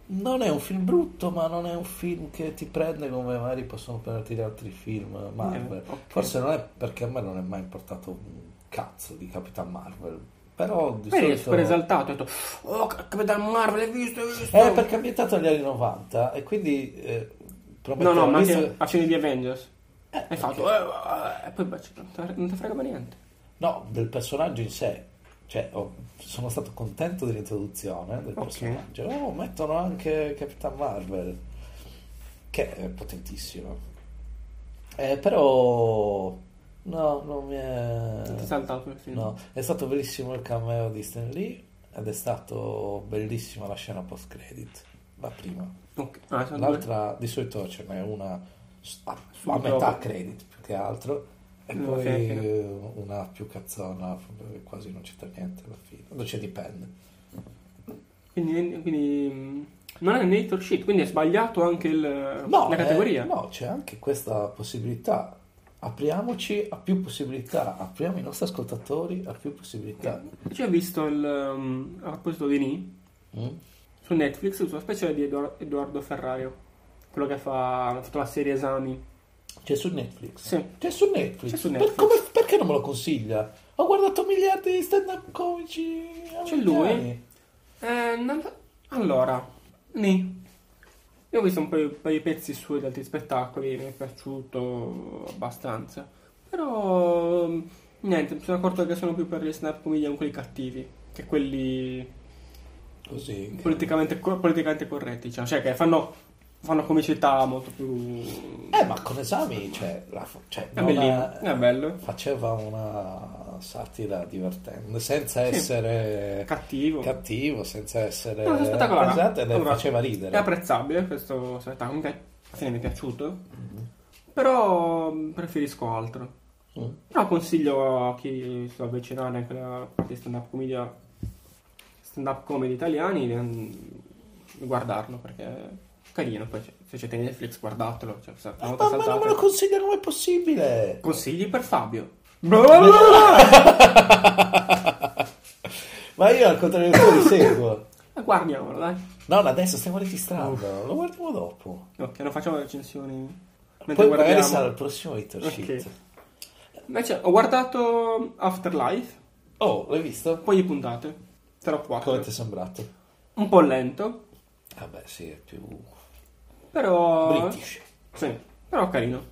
Speaker 2: non è un film brutto, ma non è un film che ti prende come magari possono prenderti gli altri film Marvel.
Speaker 1: Eh, ok.
Speaker 2: Forse non è perché a me non è mai importato un cazzo di Capitan Marvel, però di
Speaker 1: Vedi,
Speaker 2: solito...
Speaker 1: super esaltato, ho detto, oh, Capitan Marvel, hai visto, hai visto?
Speaker 2: Eh, perché è ambientato negli anni 90 e quindi eh,
Speaker 1: No,
Speaker 2: promettevo-
Speaker 1: no, ma
Speaker 2: visto-
Speaker 1: anche a scene di Avengers.
Speaker 2: Eh,
Speaker 1: Hai fatto, eh, eh, e poi beh, ci- non te- non ti frega mai niente.
Speaker 2: no, del personaggio in sé. Cioè, ho- sono stato contento dell'introduzione eh, del
Speaker 1: Ok.
Speaker 2: personaggio. Oh, mettono anche Capitan Marvel, che è potentissimo. Eh, però, no, non mi
Speaker 1: Non ti
Speaker 2: è.
Speaker 1: salta quel film.
Speaker 2: Eh. No, è stato bellissimo il cameo di Stan Lee ed è stato bellissima la scena post-credit, la prima.
Speaker 1: Ok, ah, sono due.
Speaker 2: L'altra di solito ce n'è una s- a, a metà credit più che altro, e
Speaker 1: Mm,
Speaker 2: poi
Speaker 1: ok, ok.
Speaker 2: eh, una più cazzona, eh, quasi non c'entra niente alla fine. Non c'è dipende.
Speaker 1: Quindi, quindi, mm, non è Nature Shit, quindi è sbagliato anche il-
Speaker 2: No,
Speaker 1: la
Speaker 2: eh,
Speaker 1: categoria.
Speaker 2: no, c'è anche questa possibilità. Apriamoci a più possibilità, apriamo i nostri ascoltatori a più possibilità.
Speaker 1: Ci Cioè, ho visto il, um, a proposito di Ni
Speaker 2: Mm?
Speaker 1: su Netflix il suo speciale di Edoar- Edoardo Ferrario, quello che fa, ha fatto la serie Esami.
Speaker 2: C'è su Netflix.
Speaker 1: Sì.
Speaker 2: C'è su Netflix.
Speaker 1: C'è su
Speaker 2: Per-
Speaker 1: Netflix.
Speaker 2: come- perché non me lo consiglia? Ho guardato miliardi di stand-up comici.
Speaker 1: C'è lui?
Speaker 2: americani.
Speaker 1: Eh, non- Allora, Ni. Io ho visto un paio, paio di pezzi suoi di altri spettacoli, mi è piaciuto abbastanza. Però, mm, niente, mi sono accorto che sono più per gli snap comedian quelli cattivi, che quelli
Speaker 2: Così. che-
Speaker 1: politicamente, co- politicamente corretti, diciamo. cioè che fanno, fanno comicità molto più...
Speaker 2: Eh, ma con esami, cioè, la fa- cioè,
Speaker 1: È
Speaker 2: non
Speaker 1: bellino,
Speaker 2: ha-
Speaker 1: è bello,
Speaker 2: faceva una satira divertente, senza
Speaker 1: Sì.
Speaker 2: essere
Speaker 1: è cattivo.
Speaker 2: cattivo, senza essere
Speaker 1: No, è spettacolare.
Speaker 2: pesante, le
Speaker 1: Allora,
Speaker 2: faceva
Speaker 1: È
Speaker 2: ridere.
Speaker 1: apprezzabile questo spettacolo, mi è, alla fine mi è piaciuto,
Speaker 2: Mm-hmm.
Speaker 1: però mh, preferisco altro.
Speaker 2: Mm.
Speaker 1: Però consiglio a chi si vuole avvicinare a quella parte di stand-up comedy, stand-up comedy italiani mh, di guardarlo perché è carino, poi se c'è Netflix guardatelo, cioè, se-
Speaker 2: Eh,
Speaker 1: una volta
Speaker 2: ma, ma non me
Speaker 1: saltate-
Speaker 2: lo consiglia com'è possibile?
Speaker 1: Consigli per Fabio.
Speaker 2: Ma io al contrario di te li seguo.
Speaker 1: Eh, Guardiamolo, dai.
Speaker 2: No, no, adesso stiamo registrando, lo guardiamo dopo.
Speaker 1: No, che non facciamo le recensioni. Mentre
Speaker 2: Poi magari
Speaker 1: guardiamo.
Speaker 2: sarà il prossimo Hater
Speaker 1: Ok.
Speaker 2: Shit.
Speaker 1: Invece ho guardato Afterlife,
Speaker 2: Oh, l'hai visto?
Speaker 1: poi le puntate. Sarò quattro.
Speaker 2: Come ti è sembrato?
Speaker 1: Un po' lento,
Speaker 2: Vabbè, sì, è più
Speaker 1: però...
Speaker 2: british.
Speaker 1: Sì, però carino.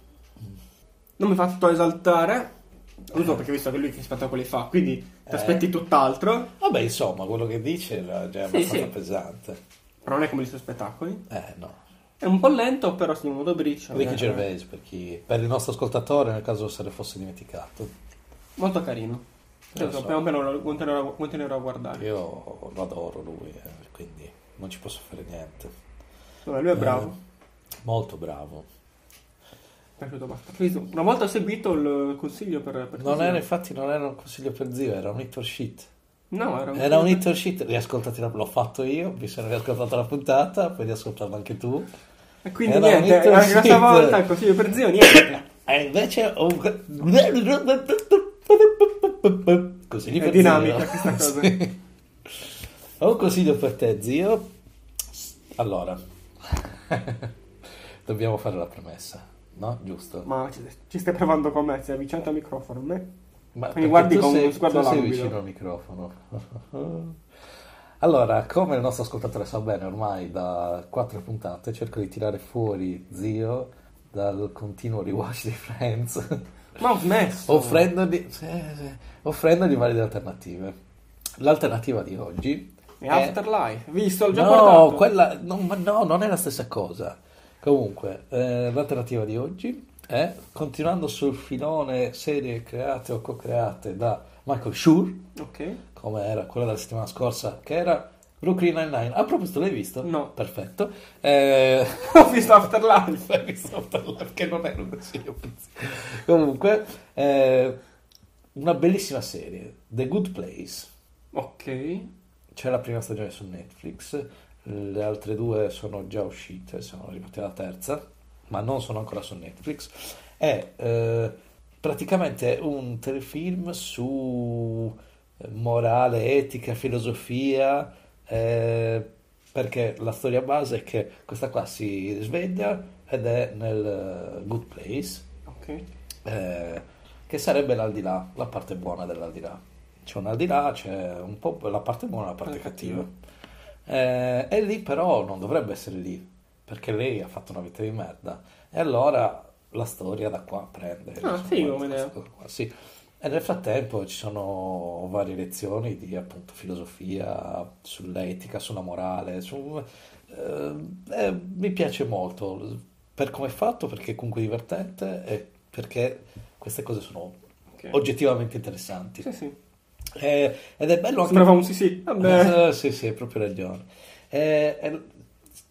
Speaker 1: Non mi ha fatto esaltare. Giusto perché ho visto che lui che spettacoli fa, quindi ti
Speaker 2: Eh.
Speaker 1: aspetti tutt'altro.
Speaker 2: Vabbè, insomma, quello che dice è già
Speaker 1: Sì,
Speaker 2: abbastanza
Speaker 1: sì.
Speaker 2: pesante.
Speaker 1: Però non è come i suoi spettacoli.
Speaker 2: Eh, no.
Speaker 1: È un po' lento, però si modo briccio.
Speaker 2: Ricky
Speaker 1: eh,
Speaker 2: Gervais, per, chi- per il nostro ascoltatore, nel caso se ne fosse dimenticato.
Speaker 1: Molto carino.
Speaker 2: Lo
Speaker 1: Adesso
Speaker 2: so.
Speaker 1: piano piano lo continuerò, continuerò a guardare.
Speaker 2: Io lo adoro lui, eh, quindi non ci posso fare niente.
Speaker 1: Vabbè, lui è bravo.
Speaker 2: Eh, molto bravo.
Speaker 1: Mi è piaciuto abbastanza. Una volta ho seguito il consiglio per... per
Speaker 2: Non
Speaker 1: così.
Speaker 2: era, infatti, non era un consiglio per zio, era un hit or shit.
Speaker 1: No, era un...
Speaker 2: Era un hit or shit, riascoltati la- l'ho fatto io, mi sono riascoltata la puntata, puoi riascoltarla anche tu.
Speaker 1: E quindi
Speaker 2: era un
Speaker 1: niente,
Speaker 2: *laughs* hit or
Speaker 1: anche questa
Speaker 2: shit.
Speaker 1: volta il consiglio per zio, niente.
Speaker 2: E invece ho... Consigli
Speaker 1: È
Speaker 2: per
Speaker 1: dinamica
Speaker 2: *laughs* zio.
Speaker 1: questa cosa.
Speaker 2: Sì. Ho un consiglio per te, zio. Allora, *laughs* dobbiamo fare la premessa, no? Giusto?
Speaker 1: Ma ci, ci stai provando con me, sei avvicinato al microfono, a me?
Speaker 2: Ma
Speaker 1: Mi
Speaker 2: perché
Speaker 1: guardi
Speaker 2: tu
Speaker 1: con
Speaker 2: sei,
Speaker 1: uno sguardo
Speaker 2: tu sei
Speaker 1: languido.
Speaker 2: vicino al microfono. *laughs* Allora, come il nostro ascoltatore sa bene ormai da quattro puntate, cerco di tirare fuori zio dal continuo rewatch di
Speaker 1: *laughs*
Speaker 2: Friends,
Speaker 1: Ma ho smesso.
Speaker 2: Oh, offrendogli, eh, sì, offrendogli varie alternative. L'alternativa di oggi
Speaker 1: E Afterlife, visto, l'ho già
Speaker 2: eh. no,
Speaker 1: guardato.
Speaker 2: quella, no, ma no, non è la stessa cosa. Comunque, eh, l'alternativa di oggi è, continuando sul filone serie create o co-create da Michael Schur,
Speaker 1: Ok. *laughs*
Speaker 2: come era quella della settimana scorsa, che era Brooklyn Nine-Nine. A proposito, l'hai visto?
Speaker 1: No.
Speaker 2: Perfetto. Eh, *laughs*
Speaker 1: ho visto Afterlife.
Speaker 2: l'hai visto parlare, che non era un consiglio. penso. Comunque, eh, una bellissima serie, The Good Place.
Speaker 1: Ok.
Speaker 2: C'è la prima stagione su Netflix, le altre due sono già uscite, sono arrivate alla terza, ma non sono ancora su Netflix. È eh, praticamente un telefilm su eh, morale, etica, filosofia, eh, perché la storia base è che questa qua si sveglia ed è nel eh, Good Place,
Speaker 1: Ok.
Speaker 2: eh, che sarebbe l'aldilà, la parte buona dell'aldilà. C'è un aldilà, c'è un po' la parte buona e la parte
Speaker 1: La
Speaker 2: cattiva. Eh, e lì però non dovrebbe essere lì, perché lei ha fatto una vita di merda. E allora la storia da qua prende.
Speaker 1: Ah,
Speaker 2: Eh, insomma,
Speaker 1: figo,
Speaker 2: questa
Speaker 1: idea.
Speaker 2: cosa qua, sì. E nel frattempo ci sono varie lezioni di appunto filosofia, sull'etica, sulla morale, su... eh, eh, mi piace molto per come è fatto, perché è comunque divertente e perché queste cose sono
Speaker 1: Ok.
Speaker 2: Oh, oggettivamente interessanti.
Speaker 1: Sì, sì.
Speaker 2: Eh, ed è bello anche
Speaker 1: Sembrava un sì sì. Vabbè.
Speaker 2: eh, sì, sì, hai proprio ragione. Eh, eh,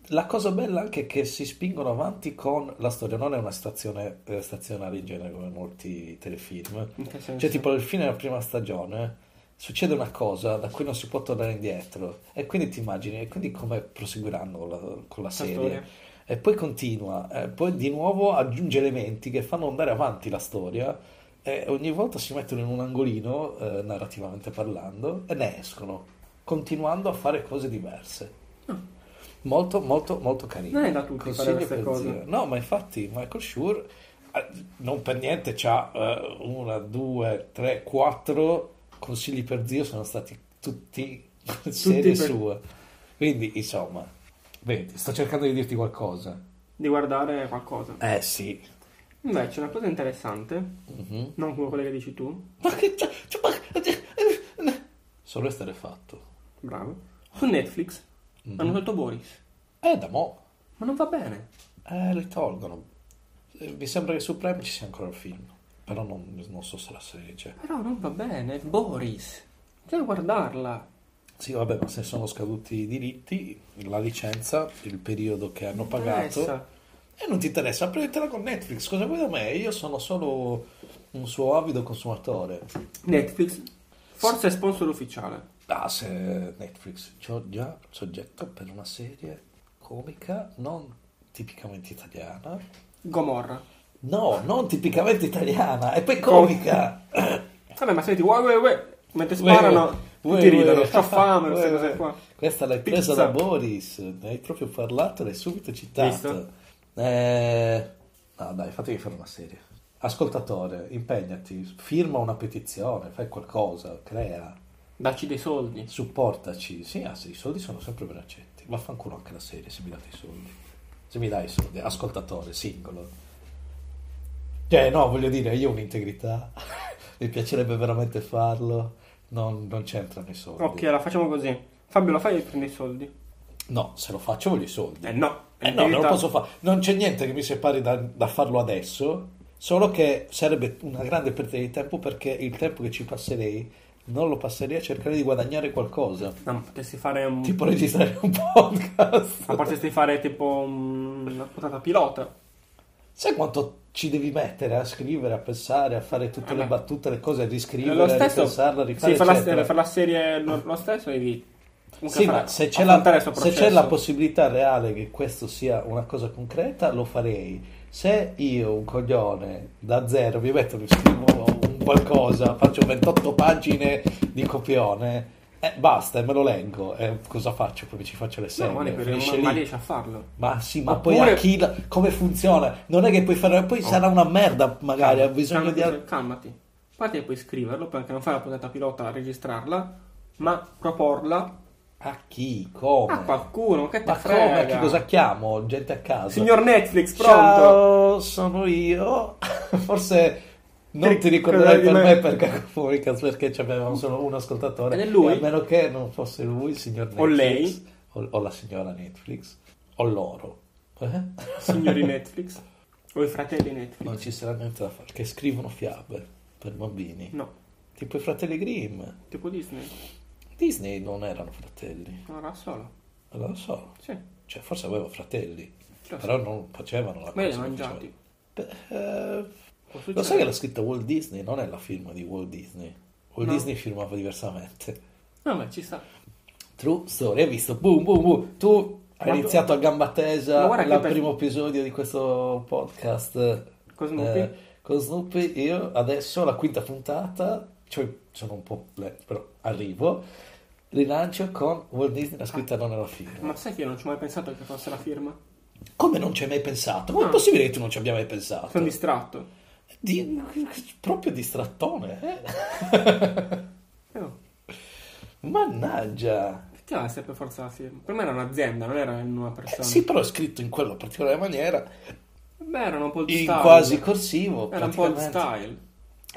Speaker 2: la cosa bella anche è che si spingono avanti con la storia, non è una situazione eh, stazionaria in genere come molti telefilm.
Speaker 1: In che senso?
Speaker 2: Cioè, tipo, al fine della prima stagione succede una cosa da cui non si può tornare indietro, e quindi ti immagini, e quindi come proseguiranno con la, con la
Speaker 1: La
Speaker 2: serie.
Speaker 1: storia.
Speaker 2: E poi continua, eh, poi di nuovo aggiunge elementi che fanno andare avanti la storia e ogni volta si mettono in un angolino, eh, narrativamente parlando, e ne escono, continuando a fare cose diverse. Molto, molto, molto carino.
Speaker 1: Ah. Non è da tutti fare
Speaker 2: Consiglio
Speaker 1: queste
Speaker 2: per
Speaker 1: cose.
Speaker 2: zio. No, ma infatti Michael Schur eh, non per niente c'ha eh, una, due, tre, quattro consigli per zio sono stati tutti *laughs*
Speaker 1: per-
Speaker 2: serie sue. Quindi, insomma, vedi, sto cercando di dirti qualcosa.
Speaker 1: Di guardare qualcosa.
Speaker 2: Eh sì.
Speaker 1: Invece, una cosa interessante,
Speaker 2: Mhm.
Speaker 1: non come quella che dici tu,
Speaker 2: Cioè, Ma che c'è? c'è- ma- Solo eh, essere fatto.
Speaker 1: bravo, Su Netflix
Speaker 2: Mhm.
Speaker 1: hanno tolto Boris.
Speaker 2: Eh, da mo'.
Speaker 1: Ma non va bene.
Speaker 2: Eh, li tolgono. Eh, Mi sembra che su Prime ci sia ancora il film. Però non, non so se la serie cioè, c'è.
Speaker 1: Però non va bene. Boris. Bisogna guardarla.
Speaker 2: Sì, vabbè, ma se sono scaduti i diritti, la licenza, il periodo che hanno pagato.
Speaker 1: Interessa.
Speaker 2: E non ti interessa, prendetela con Netflix. Cosa vuoi da me? Io sono solo un suo avido consumatore.
Speaker 1: Netflix. Forse è sponsor ufficiale.
Speaker 2: Ah, se Netflix, c'ho già soggetto per una serie comica non tipicamente italiana.
Speaker 1: Gomorra.
Speaker 2: No, non tipicamente italiana, e poi comica.
Speaker 1: Vabbè, ma senti, uè, uè, uè. Mentre sparano,
Speaker 2: Uè,
Speaker 1: tutti
Speaker 2: uè.
Speaker 1: ridono. C'ho fame, queste
Speaker 2: *laughs* Uè,
Speaker 1: cose
Speaker 2: uè.
Speaker 1: qua.
Speaker 2: Questa l'hai presa
Speaker 1: Pizza.
Speaker 2: da Boris, ne hai proprio parlato, l'hai subito citato.
Speaker 1: Visto?
Speaker 2: Eh, no, dai, fatevi fare una serie. Ascoltatore, impegnati, firma una petizione, fai qualcosa, crea,
Speaker 1: Dacci dei soldi.
Speaker 2: supportaci. Sì, ah, sì, i soldi sono sempre ben accetti. Vaffanculo anche la serie se mi date i soldi. Se mi dai i soldi, ascoltatore, singolo. Cioè, no, voglio dire, io ho un'integrità, *laughs* mi piacerebbe veramente farlo, non, non c'entrano i soldi.
Speaker 1: Ok, la facciamo così. Fabio, la fai e prendi i soldi.
Speaker 2: No, se lo faccio voglio i soldi.
Speaker 1: Eh no.
Speaker 2: Eh no, non lo posso fare. Non c'è niente che mi separi da, da farlo adesso, solo che sarebbe una grande perdita di tempo perché il tempo che ci passerei non lo passerei a cercare di guadagnare qualcosa.
Speaker 1: No, potessi fare un...
Speaker 2: Tipo registrare un podcast.
Speaker 1: Ma potresti fare tipo un- una puntata pilota.
Speaker 2: Sai quanto ci devi mettere a scrivere, a pensare, a fare tutte le
Speaker 1: Eh.
Speaker 2: battute, le cose, a riscrivere,
Speaker 1: lo
Speaker 2: a
Speaker 1: stesso,
Speaker 2: ripensarla, a rifare,
Speaker 1: sì, far la,
Speaker 2: eccetera.
Speaker 1: far la serie lo, lo stesso e di comunque
Speaker 2: Sì,
Speaker 1: far-
Speaker 2: ma se c'è,
Speaker 1: affrontare
Speaker 2: la,
Speaker 1: questo
Speaker 2: se c'è la
Speaker 1: processo.
Speaker 2: possibilità reale che questo sia una cosa concreta, lo farei. Se io, un coglione, da zero mi metto e scrivo un qualcosa, faccio 28 pagine di copione, eh, basta, e me lo leggo. Eh, cosa faccio? Poi ci faccio le
Speaker 1: No, ma,
Speaker 2: serie,
Speaker 1: ne-
Speaker 2: finisce
Speaker 1: ma-
Speaker 2: lì.
Speaker 1: ma riesci a farlo.
Speaker 2: Ma sì, ma
Speaker 1: Oppure-
Speaker 2: poi a chi la- come funziona? Non è che puoi fare, poi sarà una merda magari, ha bisogno
Speaker 1: calmati,
Speaker 2: di... al-
Speaker 1: calmati. A parte che puoi scriverlo perché non fai la puntata pilota a registrarla, ma proporla
Speaker 2: A chi? Come?
Speaker 1: a Ah, qualcuno che te
Speaker 2: Ma
Speaker 1: frega.
Speaker 2: come? A chi cosa chiamo? Gente a casa?
Speaker 1: Signor Netflix, pronto?
Speaker 2: Ciao, sono io. *laughs* Forse non ti ricorderai per me perché *laughs* comunicas perché c'avevamo solo un ascoltatore.
Speaker 1: Ed è lui.
Speaker 2: E a meno che non fosse lui, il signor Netflix.
Speaker 1: O lei.
Speaker 2: O, o la signora Netflix. O loro. Eh? *laughs*
Speaker 1: Signori Netflix o i fratelli Netflix?
Speaker 2: Non ci sarà niente da fare. Che scrivono fiabe per bambini.
Speaker 1: No,
Speaker 2: Tipo i fratelli Grimm.
Speaker 1: tipo Disney.
Speaker 2: Disney non erano fratelli.
Speaker 1: Non era solo.
Speaker 2: Non lo so.
Speaker 1: Sì.
Speaker 2: Cioè, forse aveva fratelli.
Speaker 1: Lo so.
Speaker 2: Però non facevano la
Speaker 1: Me li hai
Speaker 2: cosa che
Speaker 1: mangiati.
Speaker 2: facevano. Eh,
Speaker 1: Può
Speaker 2: Lo
Speaker 1: succedere.
Speaker 2: sai che l'ha scritta Walt Disney? Non è la firma di Walt Disney. Walt
Speaker 1: No.
Speaker 2: Disney firmava diversamente.
Speaker 1: No, ma Ah, ci sta.
Speaker 2: True story, hai visto? Boom, boom, boom. Tu hai
Speaker 1: Ma-
Speaker 2: iniziato a gamba
Speaker 1: Ma
Speaker 2: tesa
Speaker 1: guarda che
Speaker 2: il
Speaker 1: per-
Speaker 2: primo episodio di questo podcast
Speaker 1: Con Snoopy?
Speaker 2: eh, con Snoopy. Io adesso, la quinta puntata, cioè sono un po' lento, però arrivo, rilancio con Walt Disney, la scritta non è la firma.
Speaker 1: Ma sai che io non ci ho mai pensato che fosse la firma?
Speaker 2: Come non ci hai mai pensato? Come è
Speaker 1: No.
Speaker 2: possibile che tu non ci abbia mai pensato?
Speaker 1: Sono distratto.
Speaker 2: Di- proprio distrattone, eh?
Speaker 1: Eh, oh.
Speaker 2: Mannaggia!
Speaker 1: Perché deve essere per forza la firma? Per me era un'azienda, non era in una persona.
Speaker 2: Eh, sì, però è scritto in quella particolare maniera,
Speaker 1: Beh, erano un po' di
Speaker 2: in
Speaker 1: style.
Speaker 2: quasi corsivo.
Speaker 1: Era un po' di
Speaker 2: praticamente.
Speaker 1: style.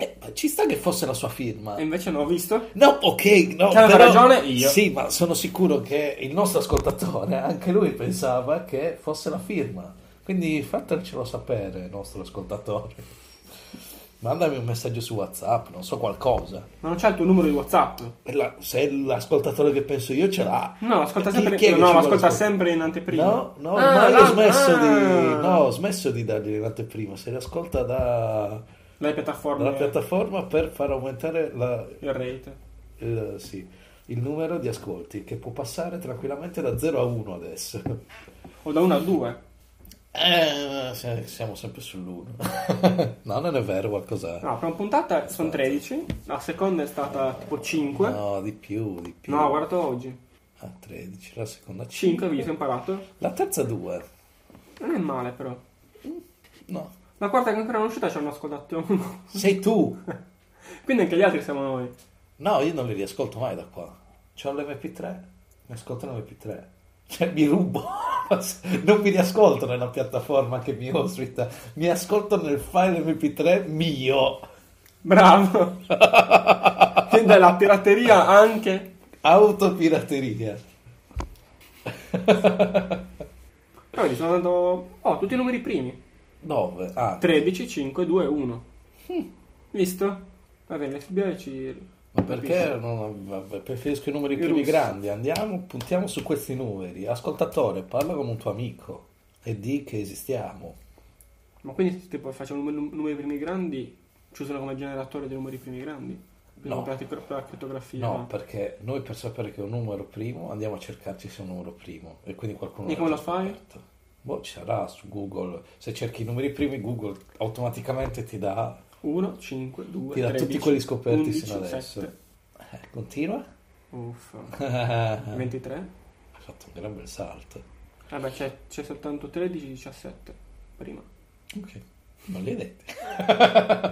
Speaker 2: Eh, ma ci sta che fosse la sua firma.
Speaker 1: E invece no, ho visto?
Speaker 2: No, ok, no,
Speaker 1: C'aveva
Speaker 2: però-
Speaker 1: Eh, ragione io.
Speaker 2: Sì, ma sono sicuro che il nostro ascoltatore, *laughs* anche lui pensava che fosse la firma. Quindi fatecelo sapere, nostro ascoltatore. Mandami un messaggio su WhatsApp, non so qualcosa.
Speaker 1: Ma non c'è il tuo numero di WhatsApp.
Speaker 2: E la- se l'ascoltatore che penso io ce l'ha.
Speaker 1: No, ascolta
Speaker 2: Chi-
Speaker 1: sempre,
Speaker 2: chi è che
Speaker 1: no,
Speaker 2: ci
Speaker 1: ma
Speaker 2: vuole
Speaker 1: ascolta
Speaker 2: ascoltare?
Speaker 1: sempre in anteprima.
Speaker 2: No, no,
Speaker 1: Ah,
Speaker 2: ormai
Speaker 1: la-
Speaker 2: ho smesso
Speaker 1: ah.
Speaker 2: di. No, ho smesso di dargli l'anteprima. Se li ascolta da,
Speaker 1: La piattaforma.
Speaker 2: dalla piattaforma per far aumentare la-
Speaker 1: Il rate.
Speaker 2: il, sì, il numero di ascolti, che può passare tranquillamente da 0 a 1 adesso.
Speaker 1: O da 1 a 2.
Speaker 2: Eh, se- siamo sempre sull'1. *laughs* no, non è vero qualcos'è.
Speaker 1: No, la prima puntata sono 13, la seconda è stata tipo 5. No,
Speaker 2: No, di più, di più.
Speaker 1: ho guardato oggi.
Speaker 2: Ah, 13, la seconda
Speaker 1: 5,
Speaker 2: 5.
Speaker 1: quindi ho imparato.
Speaker 2: La terza 2.
Speaker 1: Non è male però.
Speaker 2: No.
Speaker 1: La quarta che ancora non è uscita c'è un ascoltatore.
Speaker 2: Sei tu.
Speaker 1: *laughs* Quindi anche gli altri siamo noi.
Speaker 2: No, io non li riascolto mai da qua. C'ho l'MP3, mi ascolto l'MP3. Cioè, mi rubo. *laughs* Non mi riascolto nella piattaforma che mi ospita, mi ascolto nel file MP3 mio. *laughs*
Speaker 1: Bravo! Quindi è la pirateria anche.
Speaker 2: Autopirateria.
Speaker 1: Ah, vedi, sono andato... Oh, tutti i numeri primi.
Speaker 2: 9. Ah,
Speaker 1: 13, 5, 2, 1. Visto? Va bene, l'FBI ci...
Speaker 2: ma perché non- vabbè, preferisco i numeri
Speaker 1: I
Speaker 2: primi
Speaker 1: russi.
Speaker 2: grandi? Andiamo, puntiamo su questi numeri. Ascoltatore, parla con un tuo amico e di che esistiamo.
Speaker 1: Ma quindi se tipo facciamo num- numeri primi grandi, ci usano come generatore dei numeri primi grandi? Per
Speaker 2: No.
Speaker 1: per la cri- per la crittografia.
Speaker 2: No, perché noi per sapere che è un numero primo andiamo a cercarci se è un numero primo e quindi qualcuno
Speaker 1: E
Speaker 2: l'ha
Speaker 1: come
Speaker 2: già
Speaker 1: lo fai?
Speaker 2: scoperto. Boh, ci sarà su Google. Se cerchi i numeri primi, Google automaticamente ti dà,
Speaker 1: 1, 5, 2,
Speaker 2: ti dà
Speaker 1: 13,
Speaker 2: tutti quelli scoperti
Speaker 1: 11,
Speaker 2: sino adesso.
Speaker 1: 7.
Speaker 2: Eh, continua. *laughs*
Speaker 1: Uffa.
Speaker 2: Hai
Speaker 1: 23?
Speaker 2: fatto un gran bel salto.
Speaker 1: Vabbè, c'è, c'è soltanto 13, 17 prima.
Speaker 2: Ok, non li hai detti. *laughs*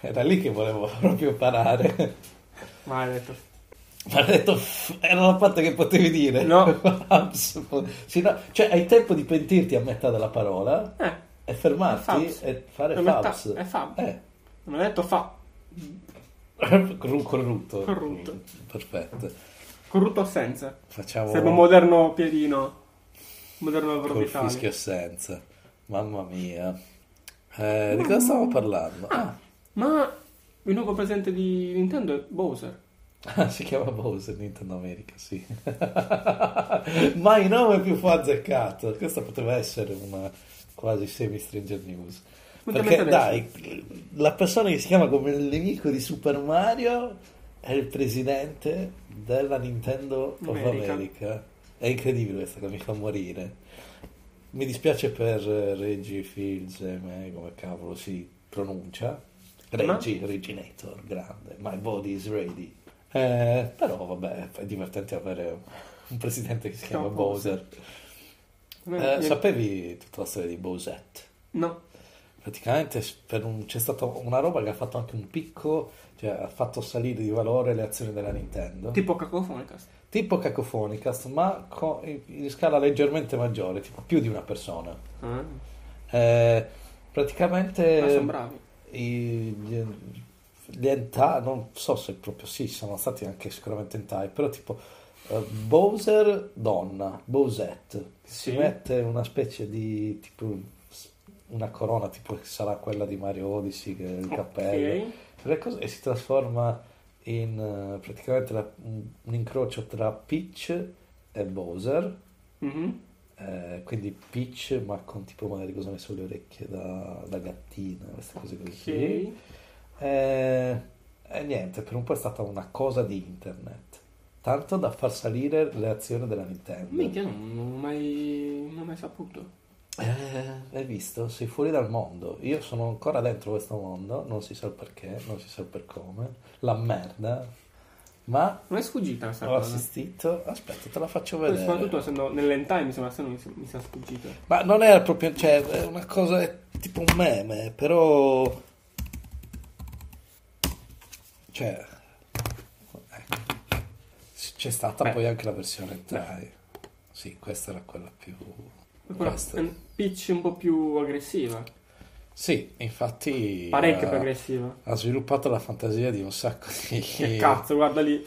Speaker 2: Era lì che volevo proprio parare.
Speaker 1: Ma hai detto...
Speaker 2: Ma ha detto, "F- era la parte che potevi dire. *laughs*
Speaker 1: No.
Speaker 2: Sì, no, Cioè, hai tempo di pentirti a metà della parola
Speaker 1: Eh,
Speaker 2: e
Speaker 1: Fabs.
Speaker 2: fermarti e fare
Speaker 1: è metà,
Speaker 2: fabs.
Speaker 1: è fab.
Speaker 2: Eh, *laughs*
Speaker 1: Non hai detto fa.
Speaker 2: corru- corrutto.
Speaker 1: Corrutto.
Speaker 2: Perfetto.
Speaker 1: Corrutto o senza?
Speaker 2: Facciamo
Speaker 1: Serve un moderno piedino. Un moderno lavoro
Speaker 2: col
Speaker 1: vitale.
Speaker 2: fischio senza. Mamma mia. Eh, di cosa stavo parlando? Ah,
Speaker 1: Ma il nuovo presente di Nintendo è Bowser.
Speaker 2: Ah, si chiama Bowser Nintendo America, sì. *laughs* Ma il nome più fu azzeccato. Questa poteva essere una quasi semi-stranger news.
Speaker 1: Punta
Speaker 2: Perché
Speaker 1: meta
Speaker 2: dai, la persona che si chiama come il nemico di Super Mario è il presidente della Nintendo of
Speaker 1: America.
Speaker 2: America. È incredibile questa cosa, mi fa morire. Mi dispiace per eh, Reggie Fields, eh, me, come cavolo si pronuncia. Reggie, Reginator, grande. My body is ready. Eh, però vabbè, è divertente avere un presidente che si chiama
Speaker 1: Chiama Bowser.
Speaker 2: Bowser.
Speaker 1: Non
Speaker 2: Eh,
Speaker 1: è- niente.
Speaker 2: sapevi tutta la storia di Bowsette?
Speaker 1: No.
Speaker 2: Praticamente per un- c'è stata una roba che ha fatto anche un picco, cioè ha fatto salire di valore le azioni della Nintendo.
Speaker 1: Tipo Cacofonicas.
Speaker 2: Tipo Cacofonicast, ma co- in, in scala leggermente maggiore, tipo più di una persona.
Speaker 1: Ah,
Speaker 2: Eh, praticamente
Speaker 1: ma sono bravi.
Speaker 2: i- gli, gli hentai, non so se proprio sì, sono stati anche sicuramente hentai, però tipo eh, Bowser donna, Bowsette, si
Speaker 1: Sì.
Speaker 2: mette una specie di tipo una corona tipo che sarà quella di Mario Odyssey, che è il cappello,
Speaker 1: Ok.
Speaker 2: le cose- e si trasforma in eh, praticamente la- un un incrocio tra Peach e Bowser.
Speaker 1: Mhm.
Speaker 2: Eh, quindi Peach, ma con tipo magari cosa ne so, le orecchie da, da gattina, queste cose così.
Speaker 1: Ok.
Speaker 2: Eh, e niente, per un po' è stata una cosa di internet. Tanto da far salire le azioni della Nintendo.
Speaker 1: Minchia, non, non ho mai, non ho mai saputo.
Speaker 2: Eh, hai visto? Sei fuori dal mondo. Io sono ancora dentro questo mondo, non si sa il perché, non si sa il per come. La merda. Ma
Speaker 1: Non è sfuggita questa
Speaker 2: ho
Speaker 1: cosa.
Speaker 2: assistito. Aspetta, te la faccio
Speaker 1: Poi
Speaker 2: vedere.
Speaker 1: soprattutto essendo nell'entime mi sembra strano che mi sia sfuggito.
Speaker 2: Ma non era proprio, cioè, è una cosa, è tipo un meme, però... Cioè, ecco. C'è stata
Speaker 1: Beh.
Speaker 2: poi anche la versione Thai. Sì, questa era quella più...
Speaker 1: Quella
Speaker 2: questa.
Speaker 1: è un pitch un po' più aggressiva.
Speaker 2: Sì, eh. infatti
Speaker 1: Parecchio più
Speaker 2: ha,
Speaker 1: aggressiva.
Speaker 2: ha sviluppato la fantasia di un sacco di...
Speaker 1: Che cazzo, guarda lì.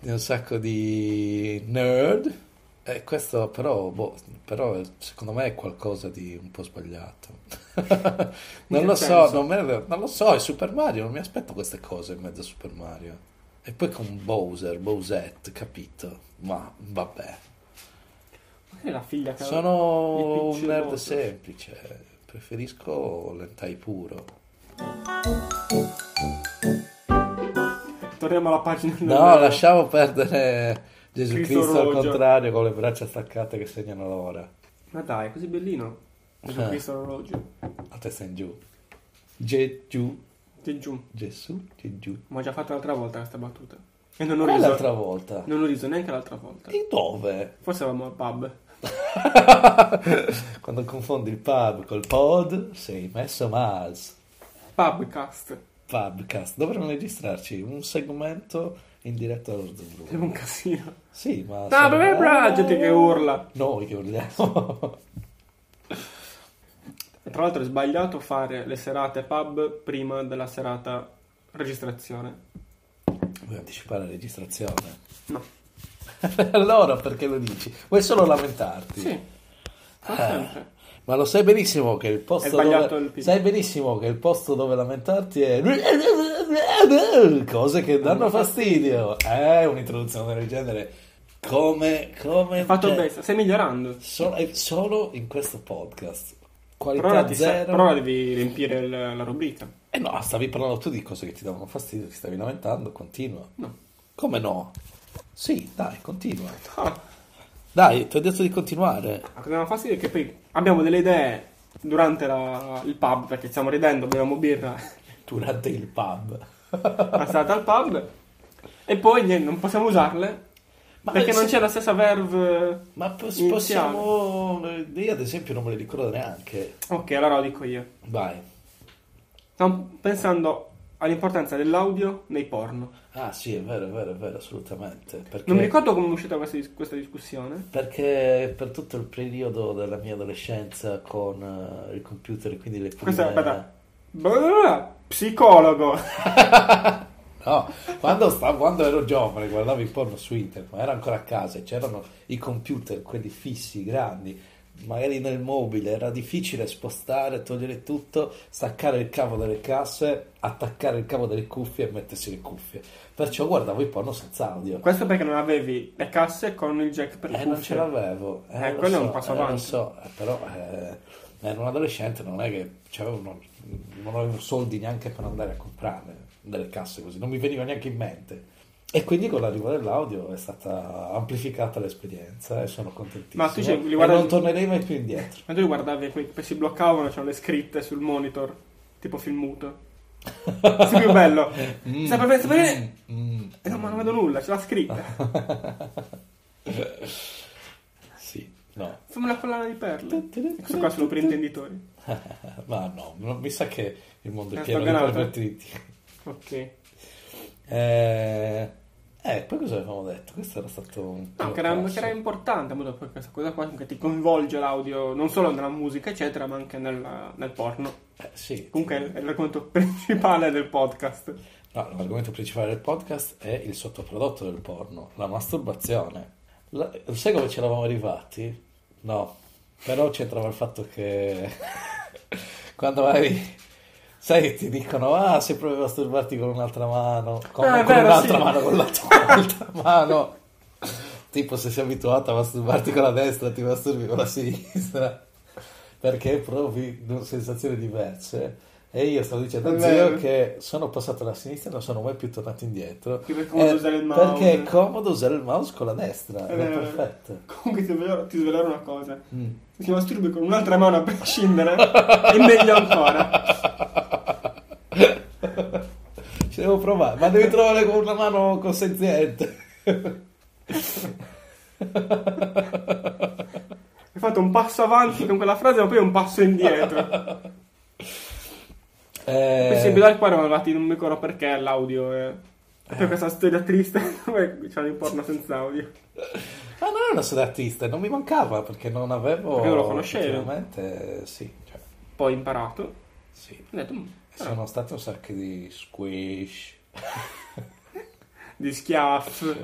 Speaker 2: di un sacco di nerd. E questo però, boh, però secondo me è qualcosa di un po' sbagliato.
Speaker 1: *laughs*
Speaker 2: non
Speaker 1: che
Speaker 2: lo so,
Speaker 1: senso?
Speaker 2: non, me- non lo so, è Super Mario, non mi aspetto queste cose in mezzo a Super Mario. E poi con Bowser, Bowsette, capito? Ma vabbè.
Speaker 1: Ma che è la figlia che
Speaker 2: Sono
Speaker 1: Il
Speaker 2: un
Speaker 1: Peach
Speaker 2: nerd
Speaker 1: Bowser.
Speaker 2: semplice, preferisco l'hentai puro.
Speaker 1: Torniamo alla pagina. del-
Speaker 2: No, lasciamo perdere Gesù
Speaker 1: Cristo
Speaker 2: Cristo al
Speaker 1: Roggio.
Speaker 2: contrario con le braccia staccate che segnano l'ora.
Speaker 1: Ma dai, è così bellino. Gesù
Speaker 2: Eh.
Speaker 1: Cristo orologio.
Speaker 2: a testa in giù. Gesù,
Speaker 1: Ti giù.
Speaker 2: Gesù, Gesù.
Speaker 1: Ma ho già fatto l'altra volta questa battuta. E non ho
Speaker 2: Qual è
Speaker 1: riso.
Speaker 2: l'altra volta?
Speaker 1: Non ho riso neanche l'altra volta.
Speaker 2: Di dove?
Speaker 1: Forse eravamo al pub.
Speaker 2: Quando confondi il pub col pod, sei messo mals.
Speaker 1: Pubcast.
Speaker 2: Pubcast, dovremmo registrarci un segmento in diretta allo
Speaker 1: È
Speaker 2: Zubru.
Speaker 1: un casino.
Speaker 2: Ah, Sì, ma...
Speaker 1: No, bra- bra- gente che urla.
Speaker 2: Noi che urliamo. *laughs*
Speaker 1: E tra l'altro è sbagliato fare le serate pub prima della serata registrazione.
Speaker 2: Vuoi anticipare la registrazione?
Speaker 1: No.
Speaker 2: *laughs* allora perché lo dici? Vuoi solo lamentarti?
Speaker 1: Sì, fa
Speaker 2: Ah.
Speaker 1: sempre.
Speaker 2: Ma lo sai benissimo che il
Speaker 1: È
Speaker 2: posto
Speaker 1: sbagliato
Speaker 2: dove
Speaker 1: il PD.
Speaker 2: sai benissimo che il posto dove lamentarti è cose che danno fastidio. Eh, un'introduzione del genere come come
Speaker 1: Hai fatto
Speaker 2: cioè,
Speaker 1: bene, stai migliorando.
Speaker 2: solo, è solo in questo podcast. Qualità
Speaker 1: Però ora, ti sa-
Speaker 2: zero.
Speaker 1: però ora devi riempire il- la rubrica.
Speaker 2: Eh no, stavi parlando tu di cose che ti davano fastidio, ti stavi lamentando, continua.
Speaker 1: No.
Speaker 2: Come no? Sì, dai, continua.
Speaker 1: Ah,
Speaker 2: Dai, ti ho detto di continuare.
Speaker 1: la cosa mi fa fastidio è che poi abbiamo delle idee durante la- il pub, perché stiamo ridendo, beviamo birra *laughs*
Speaker 2: Durante il pub.
Speaker 1: passata al pub, e poi niente, non possiamo usarle,
Speaker 2: Ma
Speaker 1: perché
Speaker 2: se-
Speaker 1: non c'è la stessa verve...
Speaker 2: Ma pos-
Speaker 1: Iniziamo.
Speaker 2: possiamo. Io ad esempio non me le ricordo neanche.
Speaker 1: Ok, allora lo dico io.
Speaker 2: Vai.
Speaker 1: Stavo pensando all'importanza dell'audio nei porno.
Speaker 2: Ah sì, è vero, è vero, è vero, assolutamente. Perché,
Speaker 1: Non mi ricordo come è uscita questa, dis- questa discussione.
Speaker 2: perché per tutto il periodo della mia adolescenza con eh, il computer e quindi le prime...
Speaker 1: Questa, aspetta. Blablabla, Psicologo.
Speaker 2: No, quando, sta- quando ero giovane guardavo il porno su internet, ma ero ancora a casa e c'erano i computer, quelli fissi, grandi, magari nel mobile, era difficile spostare, togliere tutto, staccare il cavo dalle casse, attaccare il cavo delle cuffie e mettersi le cuffie. Perciò guardavo il porno senza audio.
Speaker 1: Questo perché non avevi le casse con il jack per le
Speaker 2: Eh, non
Speaker 1: cuffie.
Speaker 2: ce l'avevo. Eh,
Speaker 1: Eh,
Speaker 2: lo
Speaker 1: quello è
Speaker 2: so,
Speaker 1: un passo
Speaker 2: eh, lo
Speaker 1: avanti.
Speaker 2: so, eh, però eh, ero un adolescente, non è che c'avevo- non, non avevo soldi neanche per andare a comprare delle casse così, non mi veniva neanche in mente. E quindi con l'arrivo dell'audio è stata amplificata l'esperienza e sono contentissimo.
Speaker 1: Ma tu ci- li
Speaker 2: e
Speaker 1: guardavi-
Speaker 2: non tornerei mai più indietro.
Speaker 1: Ma tu li guardavi quelli che si bloccavano, c'erano le scritte sul monitor, tipo film muto. Sì, più bello.
Speaker 2: Mm,
Speaker 1: Sai, per- per-
Speaker 2: mm, mm.
Speaker 1: Eh, no, ma non vedo nulla, c'è la scritta.
Speaker 2: Sì, no.
Speaker 1: Fammi la collana di perle. Questo qua sono per intenditori.
Speaker 2: Ma no, no, mi sa che il mondo è
Speaker 1: Eh,
Speaker 2: pieno di
Speaker 1: sbagliato.
Speaker 2: pervertiti.
Speaker 1: Ok.
Speaker 2: Eh, eh, poi cosa avevamo detto? Questo era stato un
Speaker 1: No,
Speaker 2: primo
Speaker 1: che era,
Speaker 2: passo.
Speaker 1: che era importante appunto poi questa cosa qua che ti coinvolge l'audio non solo nella musica eccetera ma anche nel, nel porno
Speaker 2: Eh, sì.
Speaker 1: comunque è il racconto *laughs* principale del podcast
Speaker 2: No, l'argomento principale del podcast è il sottoprodotto del porno, la masturbazione. La- Sai come ci eravamo arrivati? No, però c'entrava il fatto che *laughs* quando vai, sai che ti dicono, ah, se provi a masturbarti con un'altra mano, con,
Speaker 1: Ah, è
Speaker 2: con
Speaker 1: vero,
Speaker 2: un'altra
Speaker 1: sì.
Speaker 2: mano, con la *laughs* tua altra mano. Tipo se sei abituato a masturbarti con la destra, ti masturbi con la sinistra. Perché provi du- sensazioni diverse. E io stavo dicendo a
Speaker 1: È
Speaker 2: zio
Speaker 1: vero.
Speaker 2: che sono passato alla sinistra e non sono mai più tornato indietro.
Speaker 1: Perché è comodo
Speaker 2: Eh,
Speaker 1: usare il mouse. Eh.
Speaker 2: perché è comodo usare il mouse con la destra.
Speaker 1: È
Speaker 2: È
Speaker 1: vero.
Speaker 2: perfetto.
Speaker 1: comunque ti svelerò, ti svelerò una cosa
Speaker 2: Mm.
Speaker 1: se ti masturbi con un'altra mano a prescindere *laughs* è meglio ancora
Speaker 2: Ci devo provare, ma devi trovare con una mano consenziente.
Speaker 1: hai fatto un passo avanti con quella frase ma poi un passo indietro
Speaker 2: Eh,
Speaker 1: per esempio dal cuore arrivati non mi ricordo perché all'audio è... e
Speaker 2: Eh.
Speaker 1: poi questa storia triste *laughs* dove c'era il porno senza audio
Speaker 2: Ma non è una storia artista, non mi mancava perché non avevo.
Speaker 1: Perché non lo conoscevi.
Speaker 2: Effettivamente, sì. cioè,
Speaker 1: poi ho imparato ho
Speaker 2: sì.
Speaker 1: detto "Mm,
Speaker 2: E Sono stati un sacco di squish.
Speaker 1: di schiaff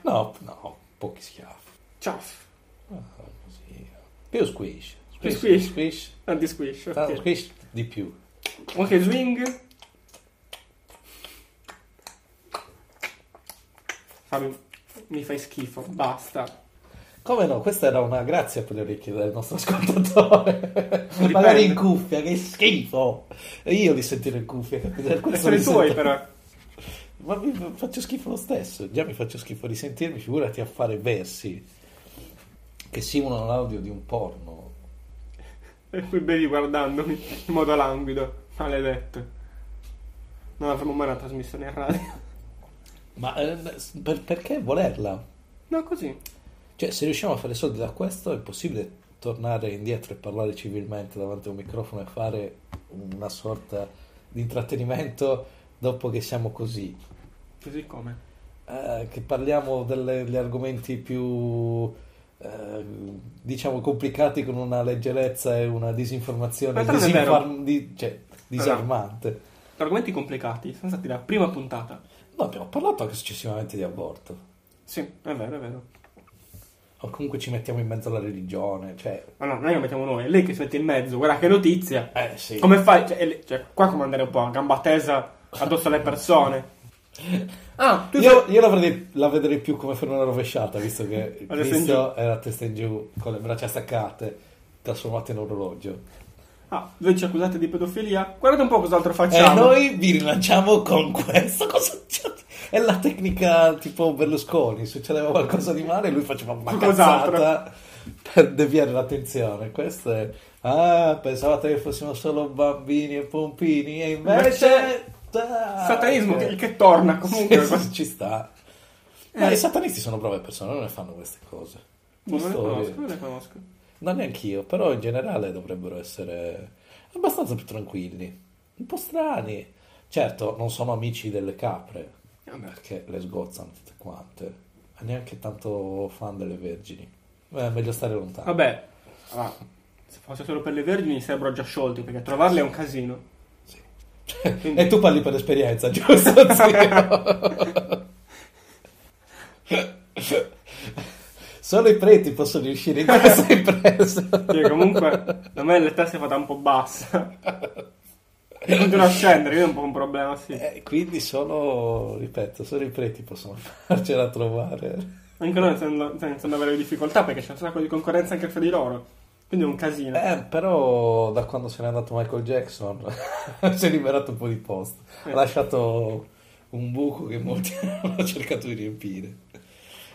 Speaker 2: No, no, pochi schiaffi.
Speaker 1: ciaff
Speaker 2: Ah, così. Più squish.
Speaker 1: Più
Speaker 2: squish.
Speaker 1: squish.
Speaker 2: squish.
Speaker 1: Tanti squish.
Speaker 2: Tanto
Speaker 1: Ok,
Speaker 2: squish di più.
Speaker 1: Ok, swing. Fabio, mi fai schifo, basta.
Speaker 2: Come no, questa era una grazia per le orecchie del nostro ascoltatore.
Speaker 1: Dipende.
Speaker 2: Magari in cuffia, che schifo. E io li sentire in cuffia. per questo
Speaker 1: Sono
Speaker 2: li
Speaker 1: i tuoi
Speaker 2: sento-
Speaker 1: però.
Speaker 2: Ma mi mi faccio schifo lo stesso. Già mi faccio schifo di sentirmi, figurati a fare versi che simulano l'audio di un porno.
Speaker 1: E poi bevi guardandomi in modo languido. Maledetto. Non avremo mai una trasmissione in radio.
Speaker 2: Ma eh, per- perché volerla?
Speaker 1: No, così.
Speaker 2: Cioè, se riusciamo a fare soldi da questo, è possibile tornare indietro e parlare civilmente davanti a un microfono e fare una sorta di intrattenimento dopo che siamo così.
Speaker 1: Così come?
Speaker 2: Eh, che parliamo delle- degli argomenti più, eh, diciamo, complicati con una leggerezza e una disinformazione
Speaker 1: Ma tanto è vero.
Speaker 2: disinfar- di- cioè, disarmante.
Speaker 1: Argomenti complicati sono stati la prima puntata.
Speaker 2: No, abbiamo parlato anche successivamente di aborto.
Speaker 1: Sì, è vero, è vero.
Speaker 2: O comunque ci mettiamo in mezzo alla religione, cioè...
Speaker 1: Ma no, noi lo mettiamo noi, è lei che si mette in mezzo, guarda che notizia.
Speaker 2: Eh sì.
Speaker 1: Come fai? Cioè, è lei- cioè, qua come andare un po' a gamba tesa addosso alle persone. Ah, tu
Speaker 2: Io, io la, vedrei, la vedrei più come fenomeno rovesciata, visto che
Speaker 1: testa in
Speaker 2: Cristo era a testa in giù, con le braccia staccate, trasformato in orologio.
Speaker 1: Ah, voi ci accusate di pedofilia? Guardate un po' cos'altro
Speaker 2: E
Speaker 1: facciamo.
Speaker 2: Eh, noi vi rilanciamo con questo. *laughs* Cosa c'è? È la tecnica tipo Berlusconi. Succedeva qualcosa di male, lui faceva una
Speaker 1: Cos'altro?
Speaker 2: cazzata per deviare l'attenzione. Questo è. Ah, pensavate che fossimo solo bambini e pompini, e invece.
Speaker 1: Invece-
Speaker 2: Dai.
Speaker 1: Satanismo che, che torna comunque.
Speaker 2: *laughs* Sì, sì, ci sta. Ma
Speaker 1: Eh.
Speaker 2: i satanisti sono brave persone, non ne fanno queste cose.
Speaker 1: Non le
Speaker 2: Storie.
Speaker 1: conosco, non le conosco.
Speaker 2: Non neanch'io, però in generale dovrebbero essere abbastanza più tranquilli, un po' strani. Certo, non sono amici delle capre,
Speaker 1: Vabbè.
Speaker 2: perché le sgozzano tutte quante, ma neanche tanto fan delle vergini. Beh, meglio stare lontano.
Speaker 1: Vabbè, ah, se fosse solo per le vergini sarebbero già sciolti perché trovarle è un casino.
Speaker 2: Sì.
Speaker 1: Quindi-
Speaker 2: E tu parli per esperienza, *laughs* giusto? zio? Solo i preti possono riuscire in questa impresa.
Speaker 1: Cioè, comunque, da me la testa è fatta un po' bassa. E continua a scendere, quindi è un po' un problema, sì.
Speaker 2: Eh, quindi solo, ripeto, solo i preti possono farcela trovare.
Speaker 1: Anche noi iniziano iniziano ad avere difficoltà perché c'è un sacco di concorrenza anche fra di loro. Quindi è un casino.
Speaker 2: Eh, però da quando se n'è andato Michael Jackson *laughs* si è liberato un po' di posto. Ha
Speaker 1: Eh.
Speaker 2: lasciato un buco che molti *laughs* hanno cercato di riempire.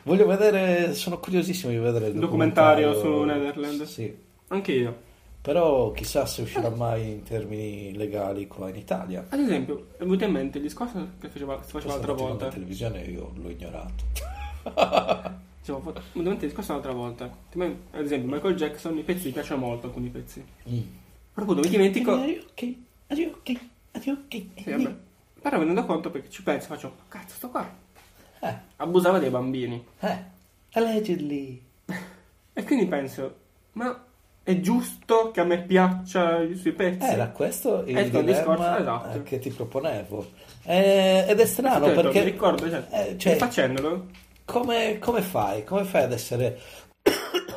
Speaker 2: Voglio vedere, sono curiosissimo di vedere il
Speaker 1: Il documentario
Speaker 2: documentario
Speaker 1: su Netherland.
Speaker 2: Sì,
Speaker 1: Anche io.
Speaker 2: però chissà se uscirà mai in termini legali qua in Italia.
Speaker 1: Ad esempio, è venuto in mente il discorso che faceva, che
Speaker 2: Questo
Speaker 1: faceva l'altra
Speaker 2: motivo
Speaker 1: volta.
Speaker 2: La televisione io l'ho ignorato.
Speaker 1: Dicevo, fa- mi domanda il discorso un'altra volta. Ti mai- Ad esempio, Michael Jackson, i pezzi mi piacciono molto, alcuni pezzi.
Speaker 2: Mm.
Speaker 1: Però poi mi dimentico.
Speaker 2: Are you okay? Are you okay? Are you okay?
Speaker 1: Sì, vabbè. Però me ne rendo conto perché ci penso, faccio, cazzo, sto qua.
Speaker 2: Eh,
Speaker 1: Abusava dei bambini.
Speaker 2: eh, allegedly.
Speaker 1: E quindi penso, ma è giusto che a me piaccia i suoi pezzi?
Speaker 2: Era questo il
Speaker 1: Eh, il
Speaker 2: dilemma
Speaker 1: discorso, esatto.
Speaker 2: eh, che ti proponevo. Eh, ed è strano
Speaker 1: Aspetta,
Speaker 2: perché...
Speaker 1: Mi ricordo, cioè,
Speaker 2: eh, cioè,
Speaker 1: facendolo.
Speaker 2: come, come fai? Come fai ad essere... *coughs*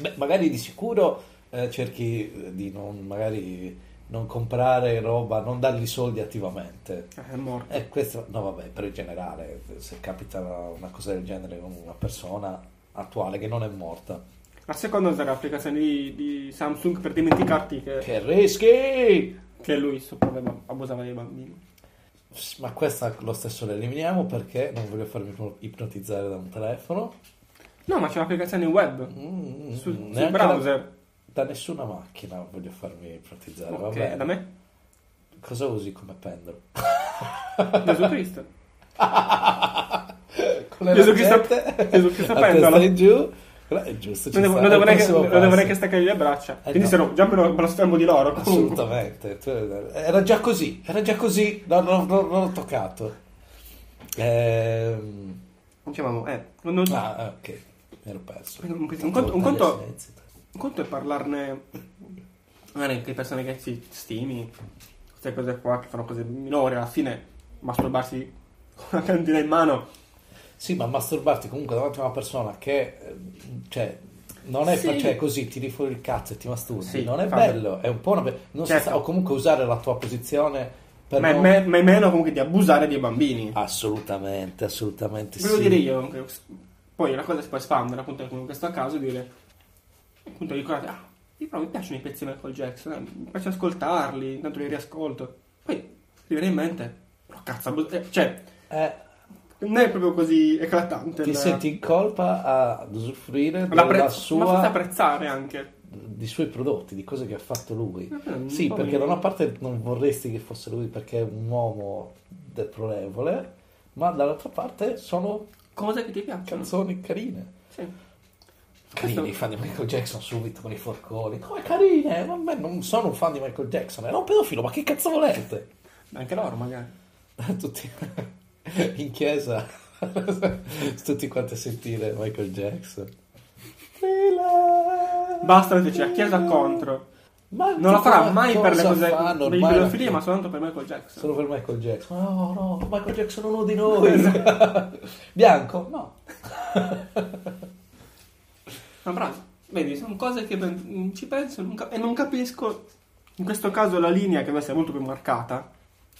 Speaker 2: Beh, magari di sicuro eh, cerchi di non, magari, non comprare roba, non dargli soldi attivamente.
Speaker 1: Eh, È morto.
Speaker 2: E questo, no vabbè, però in generale, se capita una cosa del genere con una persona attuale che non è morta,
Speaker 1: La seconda sarà l'applicazione di, di Samsung per dimenticarti che,
Speaker 2: che rischi!
Speaker 1: che lui sopravviveva, abusava dei bambini.
Speaker 2: Ma questa lo stesso la eliminiamo perché non voglio farmi ipnotizzare da un telefono.
Speaker 1: No, ma c'è un'applicazione web
Speaker 2: Mm,
Speaker 1: sul, sul
Speaker 2: neanche da-
Speaker 1: browser.
Speaker 2: Da, nessuna macchina voglio farmi ipnotizzare,
Speaker 1: Ok,
Speaker 2: Eh, vabbè.
Speaker 1: da me?
Speaker 2: Cosa usi come pendolo?
Speaker 1: Gesù
Speaker 2: *laughs*
Speaker 1: Cristo.
Speaker 2: Eh, Con le
Speaker 1: Gesù Cristo-
Speaker 2: lancette,
Speaker 1: Gesù Cristo
Speaker 2: *laughs* a
Speaker 1: pendolo.
Speaker 2: testa in giù. È giusto, ci
Speaker 1: Non devo,
Speaker 2: sta.
Speaker 1: non
Speaker 2: Al
Speaker 1: devo neanche,
Speaker 2: prossimo
Speaker 1: non devo
Speaker 2: passo.
Speaker 1: neanche staccare le braccia.
Speaker 2: Eh,
Speaker 1: Quindi
Speaker 2: no.
Speaker 1: se no, già me lo, me lo sfermo di loro. comunque.
Speaker 2: Assolutamente, tu- era già così, era già così, non, non- non- non l'ho toccato. Ehm,
Speaker 1: Dicevamo, eh, non- non-
Speaker 2: ah, ok, mi ero perso.
Speaker 1: Un conto- un
Speaker 2: Taglia
Speaker 1: conto-
Speaker 2: silenzio.
Speaker 1: Un conto è parlarne magari anche di persone che si stimi, queste cose qua che fanno cose minori, alla fine masturbarsi *laughs* con una cantina in mano.
Speaker 2: Sì, ma masturbarti comunque davanti a una persona che, eh, cioè, non è
Speaker 1: Sì.
Speaker 2: cioè, così, tiri fuori il cazzo e ti masturbi,
Speaker 1: Sì,
Speaker 2: non è
Speaker 1: vabbè.
Speaker 2: bello, è un po' una... be- non si
Speaker 1: Certo.
Speaker 2: sa- o comunque usare la tua posizione per...
Speaker 1: Ma è,
Speaker 2: non-
Speaker 1: me- ma è meno comunque di abusare dei bambini.
Speaker 2: Assolutamente, assolutamente
Speaker 1: Volevo
Speaker 2: Ah, sì.
Speaker 1: dire io, che s- poi la cosa si può espandere, appunto, come in questo caso, dire, appunto, ricordate, ah, io però mi piacciono i pezzi di Michael Jackson, eh, mi piace ascoltarli, intanto li riascolto. Poi ti viene in mente, però cazzo, abus- eh, cioè,
Speaker 2: Eh,
Speaker 1: non è proprio così eclatante.
Speaker 2: ti
Speaker 1: la-
Speaker 2: senti in colpa ad usufruire
Speaker 1: la
Speaker 2: della
Speaker 1: pre-
Speaker 2: sua...
Speaker 1: Ma forse apprezzare anche.
Speaker 2: di suoi prodotti, di cose che ha fatto lui.
Speaker 1: Eh, un
Speaker 2: Sì,
Speaker 1: po'
Speaker 2: perché
Speaker 1: mi-
Speaker 2: da una parte non vorresti che fosse lui perché è un uomo deplorevole, ma dall'altra parte sono
Speaker 1: Cose che ti piacciono.
Speaker 2: canzoni carine.
Speaker 1: Sì.
Speaker 2: Carini, i fan di Michael Jackson subito con i forconi. Come carine? Ma a me non sono un fan di Michael Jackson, era un pedofilo, ma che cazzo volete? *laughs*
Speaker 1: Anche loro magari.
Speaker 2: Tutti *laughs* in chiesa, *laughs* tutti quanti a sentire Michael Jackson.
Speaker 1: Basta metterci la chiesa contro.
Speaker 2: Ma
Speaker 1: Non la farà mai per le cose
Speaker 2: fanno
Speaker 1: per i
Speaker 2: ormai?
Speaker 1: pedofili, ma soltanto per Michael Jackson.
Speaker 2: Solo per Michael Jackson. No, no, Michael Jackson è uno *laughs* di noi. Bianco? No.
Speaker 1: Ma bravo, vedi, sono cose che ben- mm, ci penso non cap- e non capisco. In questo caso la linea che deve essere molto più marcata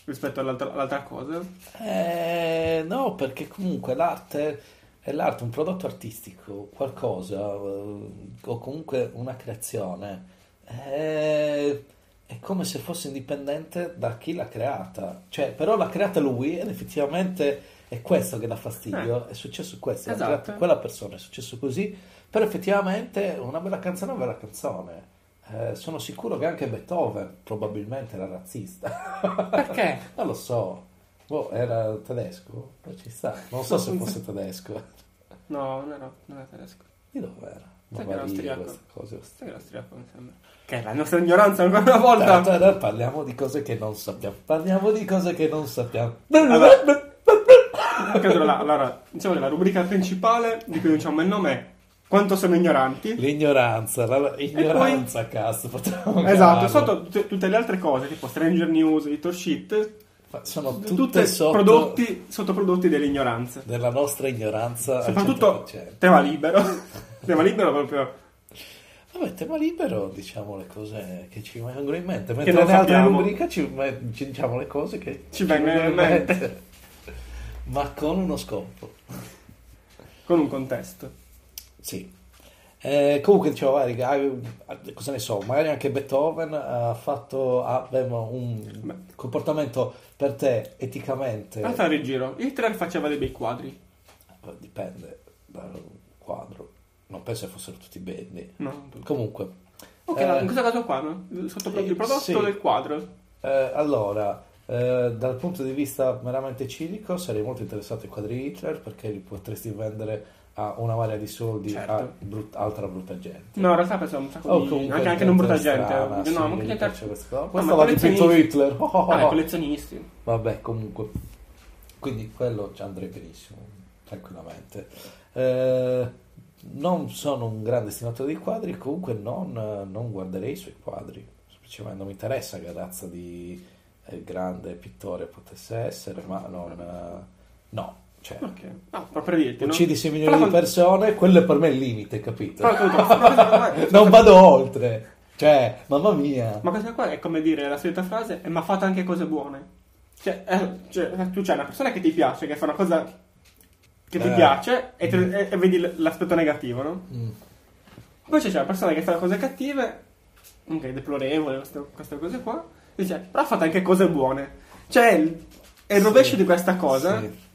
Speaker 1: rispetto all'altra, all'altra cosa.
Speaker 2: Eh, no, perché comunque l'arte è l'arte, un prodotto artistico, qualcosa, eh, o comunque una creazione, eh, è come se fosse indipendente da chi l'ha creata. Cioè, però l'ha creata lui ed effettivamente è questo che dà fastidio, è successo questo, l'ha
Speaker 1: Esatto.
Speaker 2: creata quella persona, è successo così, però effettivamente una bella canzone è una bella canzone. Eh, sono sicuro che anche Beethoven probabilmente era razzista.
Speaker 1: Perché?
Speaker 2: *laughs* Non lo so, boh, era tedesco? Non ci sta, non so se fosse tedesco.
Speaker 1: No, non era, non era tedesco.
Speaker 2: Di dove era?
Speaker 1: Sai
Speaker 2: Non
Speaker 1: che era
Speaker 2: va di
Speaker 1: austriaco.
Speaker 2: queste cose.
Speaker 1: Sai che era austriaco, mi sembra. Che è la nostra ignoranza ancora una volta.
Speaker 2: Tanto, no, parliamo di cose che non sappiamo. Parliamo di cose che non sappiamo.
Speaker 1: Vabbè. Ok, allora, allora, diciamo che la rubrica principale di cui non diciamo il nome è quanto sono ignoranti.
Speaker 2: L'ignoranza, la- la- ignoranza, cazzo. potremmo
Speaker 1: Esatto,
Speaker 2: chiamarlo.
Speaker 1: sotto tutte, tutte le altre cose, tipo Stranger News, Editor Shit,
Speaker 2: Ma Sono Oh, tutte,
Speaker 1: tutte
Speaker 2: sotto
Speaker 1: prodotti, sottoprodotti dell'ignoranza.
Speaker 2: della nostra ignoranza. al
Speaker 1: Soprattutto
Speaker 2: 100%.
Speaker 1: tema libero. *laughs* tema libero proprio.
Speaker 2: Vabbè, tema libero, diciamo le cose che ci vengono in
Speaker 1: Che
Speaker 2: mente. Mentre
Speaker 1: non
Speaker 2: nelle altre
Speaker 1: sappiamo.
Speaker 2: rubriche ci, me- ci diciamo le cose che
Speaker 1: Ci vengono in mente.
Speaker 2: Ma con uno scopo.
Speaker 1: Con un contesto.
Speaker 2: Sì. Eh, comunque dicevo, vai, raga, eh, cosa ne so, magari anche Beethoven ha fatto ha- aveva un
Speaker 1: Beh.
Speaker 2: comportamento per te eticamente,
Speaker 1: Allora fare il giro. Hitler faceva dei bei quadri.
Speaker 2: dipende dal quadro, non penso che fossero tutti belli.
Speaker 1: No.
Speaker 2: Comunque,
Speaker 1: Ok,
Speaker 2: Eh.
Speaker 1: no, in questo caso qua, no? Il sottopro-
Speaker 2: Sì,
Speaker 1: il prodotto
Speaker 2: sì.
Speaker 1: del quadro.
Speaker 2: Eh, allora, eh, dal punto di vista meramente civico, sarei molto interessato ai quadri Hitler perché li potresti vendere a una varia di soldi
Speaker 1: Certo.
Speaker 2: a brut- altra brutta gente.
Speaker 1: No, in realtà pensavo un sacco
Speaker 2: O
Speaker 1: di...
Speaker 2: Oh, comunque
Speaker 1: anche, anche non brutta gente.
Speaker 2: strana,
Speaker 1: no,
Speaker 2: sì,
Speaker 1: ma
Speaker 2: mi
Speaker 1: che gente...
Speaker 2: piace questa cosa.
Speaker 1: No,
Speaker 2: Questo
Speaker 1: ma
Speaker 2: l'ha dipinto
Speaker 1: collezionisti.
Speaker 2: Hitler. Oh, oh,
Speaker 1: Vabbè,
Speaker 2: oh.
Speaker 1: collezionisti.
Speaker 2: Vabbè, comunque. Quindi quello ci andrei benissimo, tranquillamente. Eh, non sono un grande estimatore di quadri, comunque non, non guarderei i suoi quadri. Semplicemente non mi interessa che razza di eh, grande pittore potesse essere, ma non... eh, no, cioè...
Speaker 1: Ok. No, ma per dirti, no?
Speaker 2: Uccidi 6 milioni
Speaker 1: Però
Speaker 2: di persone, quello è per me il limite, capito?
Speaker 1: *laughs* Però appunto, però questo
Speaker 2: Non
Speaker 1: qua-
Speaker 2: vado oltre. Cioè, mamma mia.
Speaker 1: Ma questa qua è come dire la solita frase, "Eh, ma fate anche cose buone. Cioè, eh, cioè, tu c'hai una persona che ti piace, che fa una cosa che ti
Speaker 2: Eh.
Speaker 1: piace e, te- e- e vedi l- l'aspetto negativo, no?
Speaker 2: Mm.
Speaker 1: Poi c'è una persona che fa cose cattive, ok, deplorevole, queste, queste cose qua, e dice, però fate anche cose buone. Cioè, è il- è il rovescio
Speaker 2: Sì.
Speaker 1: di questa cosa.
Speaker 2: Sì.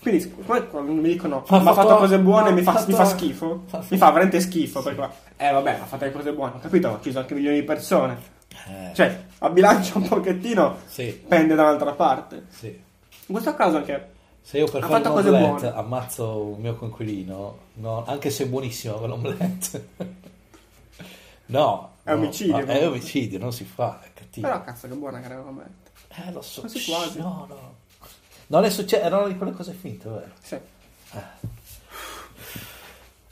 Speaker 1: Quindi scu- poi quando mi dicono
Speaker 2: Ma
Speaker 1: ma,
Speaker 2: ha
Speaker 1: ha fatto
Speaker 2: fatto-
Speaker 1: cose buone
Speaker 2: ma
Speaker 1: mi, fa,
Speaker 2: ha fatto-
Speaker 1: mi fa schifo
Speaker 2: fa-
Speaker 1: mi fa veramente schifo perché va, eh vabbè ha fatto le cose buone ho capito ho ucciso anche milioni di persone
Speaker 2: Eh,
Speaker 1: cioè la bilancia un pochettino
Speaker 2: sì,
Speaker 1: pende da un'altra parte
Speaker 2: sì.
Speaker 1: in questo caso anche
Speaker 2: Se io per
Speaker 1: Ha
Speaker 2: fare un
Speaker 1: fatto cose
Speaker 2: omelette
Speaker 1: buone.
Speaker 2: ammazzo un mio coinquilino, no, anche se è buonissimo quell'omelette. no.
Speaker 1: È
Speaker 2: *laughs* no,
Speaker 1: omicidio,
Speaker 2: ma- È
Speaker 1: comunque.
Speaker 2: omicidio, non si fa, è cattivo.
Speaker 1: però cazzo che buona che era veramente
Speaker 2: Eh, lo so.
Speaker 1: Quasi
Speaker 2: shh,
Speaker 1: quasi.
Speaker 2: No, no. Non è successo, erano di quelle cose finte, vero?
Speaker 1: sì.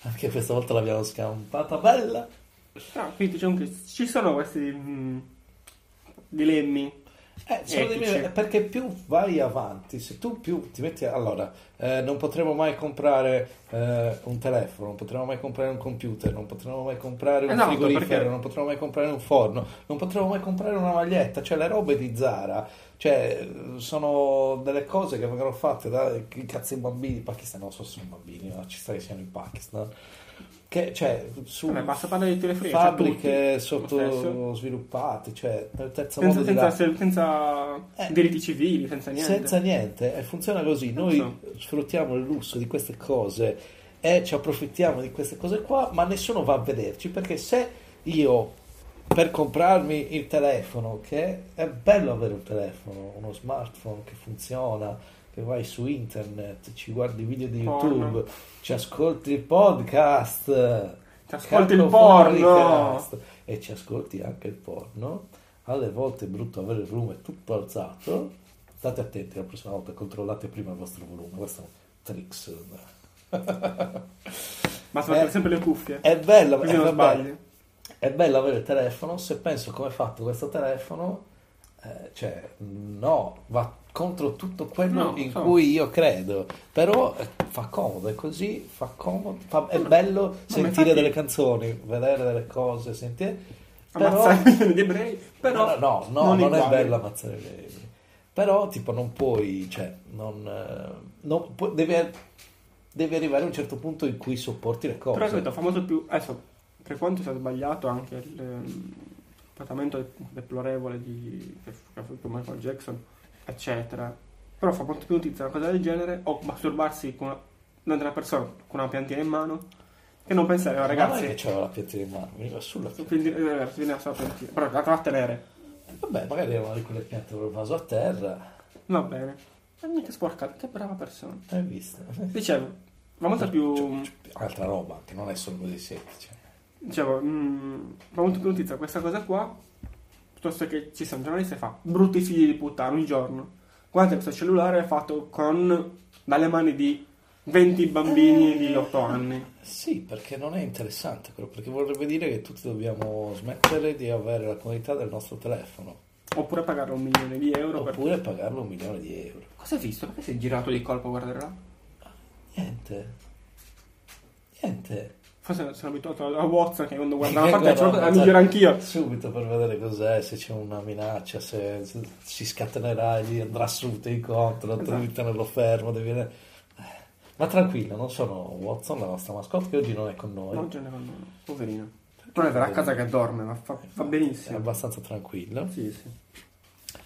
Speaker 2: Anche questa volta l'abbiamo scampata bella.
Speaker 1: No, quindi diciamo che ci sono questi mh, dilemmi
Speaker 2: Eh, sono dei
Speaker 1: Etici.
Speaker 2: miei- perché più vai avanti, se tu più ti metti allora, eh, non potremo mai comprare eh, un telefono, non potremo mai comprare un computer, non potremo mai comprare un
Speaker 1: Esatto,
Speaker 2: frigorifero,
Speaker 1: perché-
Speaker 2: non potremo mai comprare un forno, non potremo mai comprare una maglietta, cioè le robe di Zara, cioè eh, sono delle cose che vengono fatte da che cazzo i bambini, in Pakistan non so se sono bambini, ma ci sta che siano in Pakistan. Che, cioè, su
Speaker 1: Vabbè, basta parlare di telefonica cioè,
Speaker 2: fabbriche
Speaker 1: tutti, lo stesso.
Speaker 2: sottosviluppate, cioè nel terzo
Speaker 1: senza,
Speaker 2: mondo di là.
Speaker 1: senza- senza
Speaker 2: Eh.
Speaker 1: diritti civili senza niente
Speaker 2: Senza niente, e funziona così.
Speaker 1: Non
Speaker 2: Noi
Speaker 1: so.
Speaker 2: sfruttiamo il lusso di queste cose e ci approfittiamo di queste cose qua, ma nessuno va a vederci perché se io per comprarmi il telefono, che è bello avere un telefono, uno smartphone che funziona, che vai su internet, ci guardi video di
Speaker 1: Porno.
Speaker 2: YouTube, ci ascolti il podcast,
Speaker 1: Ti ascolti il
Speaker 2: Cacofonic
Speaker 1: porno
Speaker 2: cast, e ci ascolti anche il porno. Alle volte è brutto avere il volume tutto alzato. State attenti la prossima volta, controllate prima il vostro volume. Questo è un tricks.
Speaker 1: ma sono
Speaker 2: Eh.
Speaker 1: sempre le cuffie
Speaker 2: È bello,
Speaker 1: così
Speaker 2: eh,
Speaker 1: non
Speaker 2: vabbè.
Speaker 1: sbagli
Speaker 2: È bello avere il telefono, se penso come è fatto questo telefono, eh, cioè no, va contro tutto quello
Speaker 1: No,
Speaker 2: in
Speaker 1: no.
Speaker 2: cui io credo, però eh, fa comodo, è così, fa comodo, fa- è bello sentire
Speaker 1: Eh, infatti-
Speaker 2: delle canzoni, vedere delle cose, sentire...
Speaker 1: *laughs*
Speaker 2: Però,
Speaker 1: Ammazzare milioni di ebrei, però
Speaker 2: no, no, no, non, è
Speaker 1: uguale.
Speaker 2: bello ammazzare gli alieni. Però, tipo, non puoi, cioè, non, eh, non pu- devi, devi arrivare a un certo punto in cui sopporti le cose.
Speaker 1: Però ripeto, fa molto più. Adesso, per quanto sia sbagliato anche il ehm, trattamento deplorevole di che fu- che fu con Michael Jackson, eccetera. Però fa molto più notizia una cosa del genere o masturbarsi con una, davanti a una persona con una piantina in mano che non pensare, oh,
Speaker 2: Ma
Speaker 1: ragazzi,
Speaker 2: non è che c'era la piattina in mano, veniva sulla piattina.
Speaker 1: quindi, eh, viene la sua piantina. Però la trova a tenere.
Speaker 2: Vabbè, magari era una di quelle piante con il vaso a terra,
Speaker 1: Va bene. Ma mica sporca, che brava persona.
Speaker 2: hai visto?
Speaker 1: Eh. Dicevo, va molto più.
Speaker 2: Altra roba, che non è solo così semplice.
Speaker 1: Dicevo, mm, fa molto più notizia questa cosa qua, piuttosto che ci sia un giornalista e fa brutti figli di puttana ogni giorno. Guardate questo cellulare è fatto con dalle mani di 20 bambini di 8 anni.
Speaker 2: Sì, perché non è interessante quello, perché vorrebbe dire che tutti dobbiamo smettere di avere la comodità del nostro telefono,
Speaker 1: Oppure pagare un milione di euro per...
Speaker 2: oppure pagarlo un milione di euro.
Speaker 1: Cosa hai visto? Perché sei girato di colpo a guardare là?
Speaker 2: Niente. Niente.
Speaker 1: Forse sono abituato a Watson che quando guarda
Speaker 2: Eh,
Speaker 1: una parte
Speaker 2: guarda,
Speaker 1: la migliore anch'io.
Speaker 2: Subito per vedere cos'è, se c'è una minaccia, se, se si scatenerà, gli andrà subito incontro,
Speaker 1: Esatto.
Speaker 2: tritano lo fermo, devi vedere. Eh, Ma tranquillo, non sono Watson, la nostra mascotte, che oggi non è con noi.
Speaker 1: Non ce ne fanno. Poverino. Però è a casa che dorme, ma fa, fa
Speaker 2: È
Speaker 1: benissimo.
Speaker 2: abbastanza tranquillo.
Speaker 1: Sì, sì.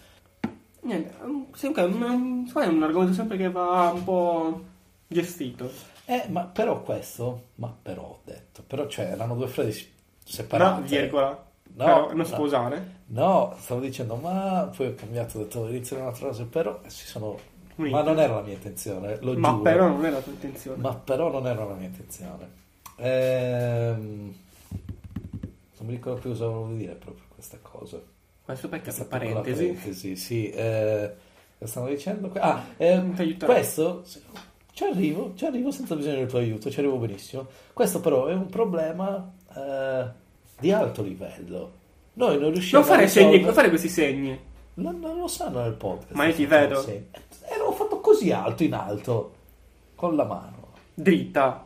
Speaker 1: Niente, um, sì, ok, un- un- secondo me è un argomento sempre che va un po' gestito.
Speaker 2: Eh, ma però questo, ma però ho detto, però cioè erano due frasi
Speaker 1: Però,
Speaker 2: separate.
Speaker 1: virgola,
Speaker 2: cioè, No,
Speaker 1: però non
Speaker 2: no.
Speaker 1: sposare.
Speaker 2: No, stavo dicendo, ma poi ho cambiato, ho detto inizio un'altra frase, però si sono...
Speaker 1: Unite.
Speaker 2: Ma non era la mia intenzione, lo
Speaker 1: Ma
Speaker 2: giuro.
Speaker 1: però non è la tua intenzione.
Speaker 2: Ma però non era la mia intenzione. Ehm, non mi ricordo più cosa volevo dire proprio questa cosa.
Speaker 1: Questo perché
Speaker 2: Questa
Speaker 1: è
Speaker 2: piccola
Speaker 1: parentesi.
Speaker 2: parentesi, sì. eh, cosa stavo dicendo? Que- Ah, ehm,
Speaker 1: Non ti aiuterò.
Speaker 2: questo se- ci arrivo, ci arrivo senza bisogno del tuo aiuto, ci arrivo benissimo. Questo però è un problema eh, di alto livello. Noi Cioè, non riusciamo
Speaker 1: Non fare,
Speaker 2: a
Speaker 1: segni, non
Speaker 2: risolvere-
Speaker 1: fare questi segni.
Speaker 2: non, non lo sanno nel podcast.
Speaker 1: Ma io ti
Speaker 2: Sì.
Speaker 1: vedo.
Speaker 2: E l'ho fatto così alto in alto, con la mano.
Speaker 1: Dritta.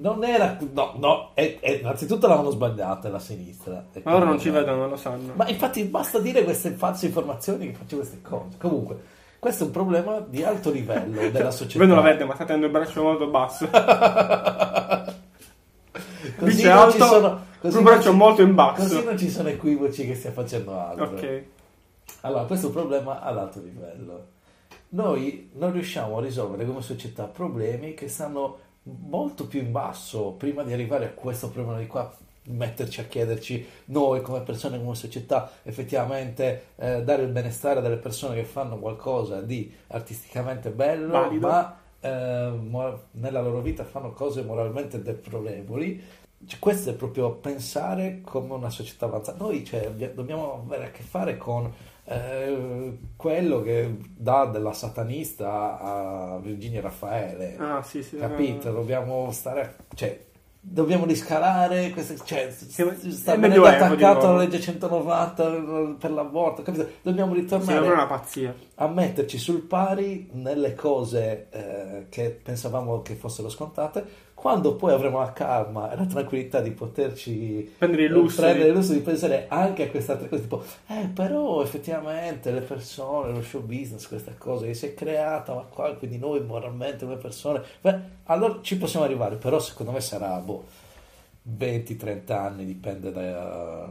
Speaker 2: Non era. No, no, è, è- innanzitutto l'avevano sbagliata la sinistra. E
Speaker 1: Ma loro non
Speaker 2: quindi-
Speaker 1: ci vedono, non lo sanno.
Speaker 2: Ma infatti basta dire queste false informazioni che faccio queste cose. Comunque, questo è un problema di alto
Speaker 1: *laughs*
Speaker 2: livello della società.
Speaker 1: Vedono la verde, ma sta tenendo il braccio molto
Speaker 2: *laughs*
Speaker 1: basso.
Speaker 2: Così
Speaker 1: Dice
Speaker 2: non ci
Speaker 1: alto,
Speaker 2: sono. così
Speaker 1: un
Speaker 2: non
Speaker 1: braccio
Speaker 2: ci-
Speaker 1: molto in basso.
Speaker 2: Così non ci sono equivoci che stia facendo altro.
Speaker 1: Ok.
Speaker 2: Allora, questo è un problema ad alto livello. Noi non riusciamo a risolvere come società problemi che stanno molto più in basso prima di arrivare a questo problema di qua, metterci a chiederci noi come persone, come società, effettivamente eh, dare il benestare a delle persone che fanno qualcosa di artisticamente bello,
Speaker 1: Valido.
Speaker 2: ma eh, mo- nella loro vita fanno cose moralmente deplorevoli. Cioè, questo è proprio pensare come una società avanzata. Noi cioè, abbi- dobbiamo avere a che fare con eh, quello che dà della satanista a Virginia Raffaele.
Speaker 1: Ah, sì, sì.
Speaker 2: Capito? Dobbiamo stare. a- Cioè, dobbiamo riscalare. Queste, cioè, s-
Speaker 1: Sì, ma-
Speaker 2: s- sta
Speaker 1: è
Speaker 2: venendo
Speaker 1: medioevo,
Speaker 2: attaccato
Speaker 1: dico.
Speaker 2: alla legge 190 per l'aborto. Capito? Dobbiamo
Speaker 1: Sì,
Speaker 2: ritornare
Speaker 1: non è una pazzia.
Speaker 2: a metterci sul pari nelle cose eh, che pensavamo che fossero scontate, quando poi avremo la calma e la tranquillità di poterci
Speaker 1: Prendere il
Speaker 2: eh,
Speaker 1: lusso.
Speaker 2: prendere il lusso di pensare anche a queste altre cose, tipo, eh, però effettivamente le persone, lo show business, questa cosa che si è creata, ma qua, quindi noi moralmente come persone, beh, allora ci possiamo arrivare, però secondo me sarà, boh, 20-30 anni, dipende da-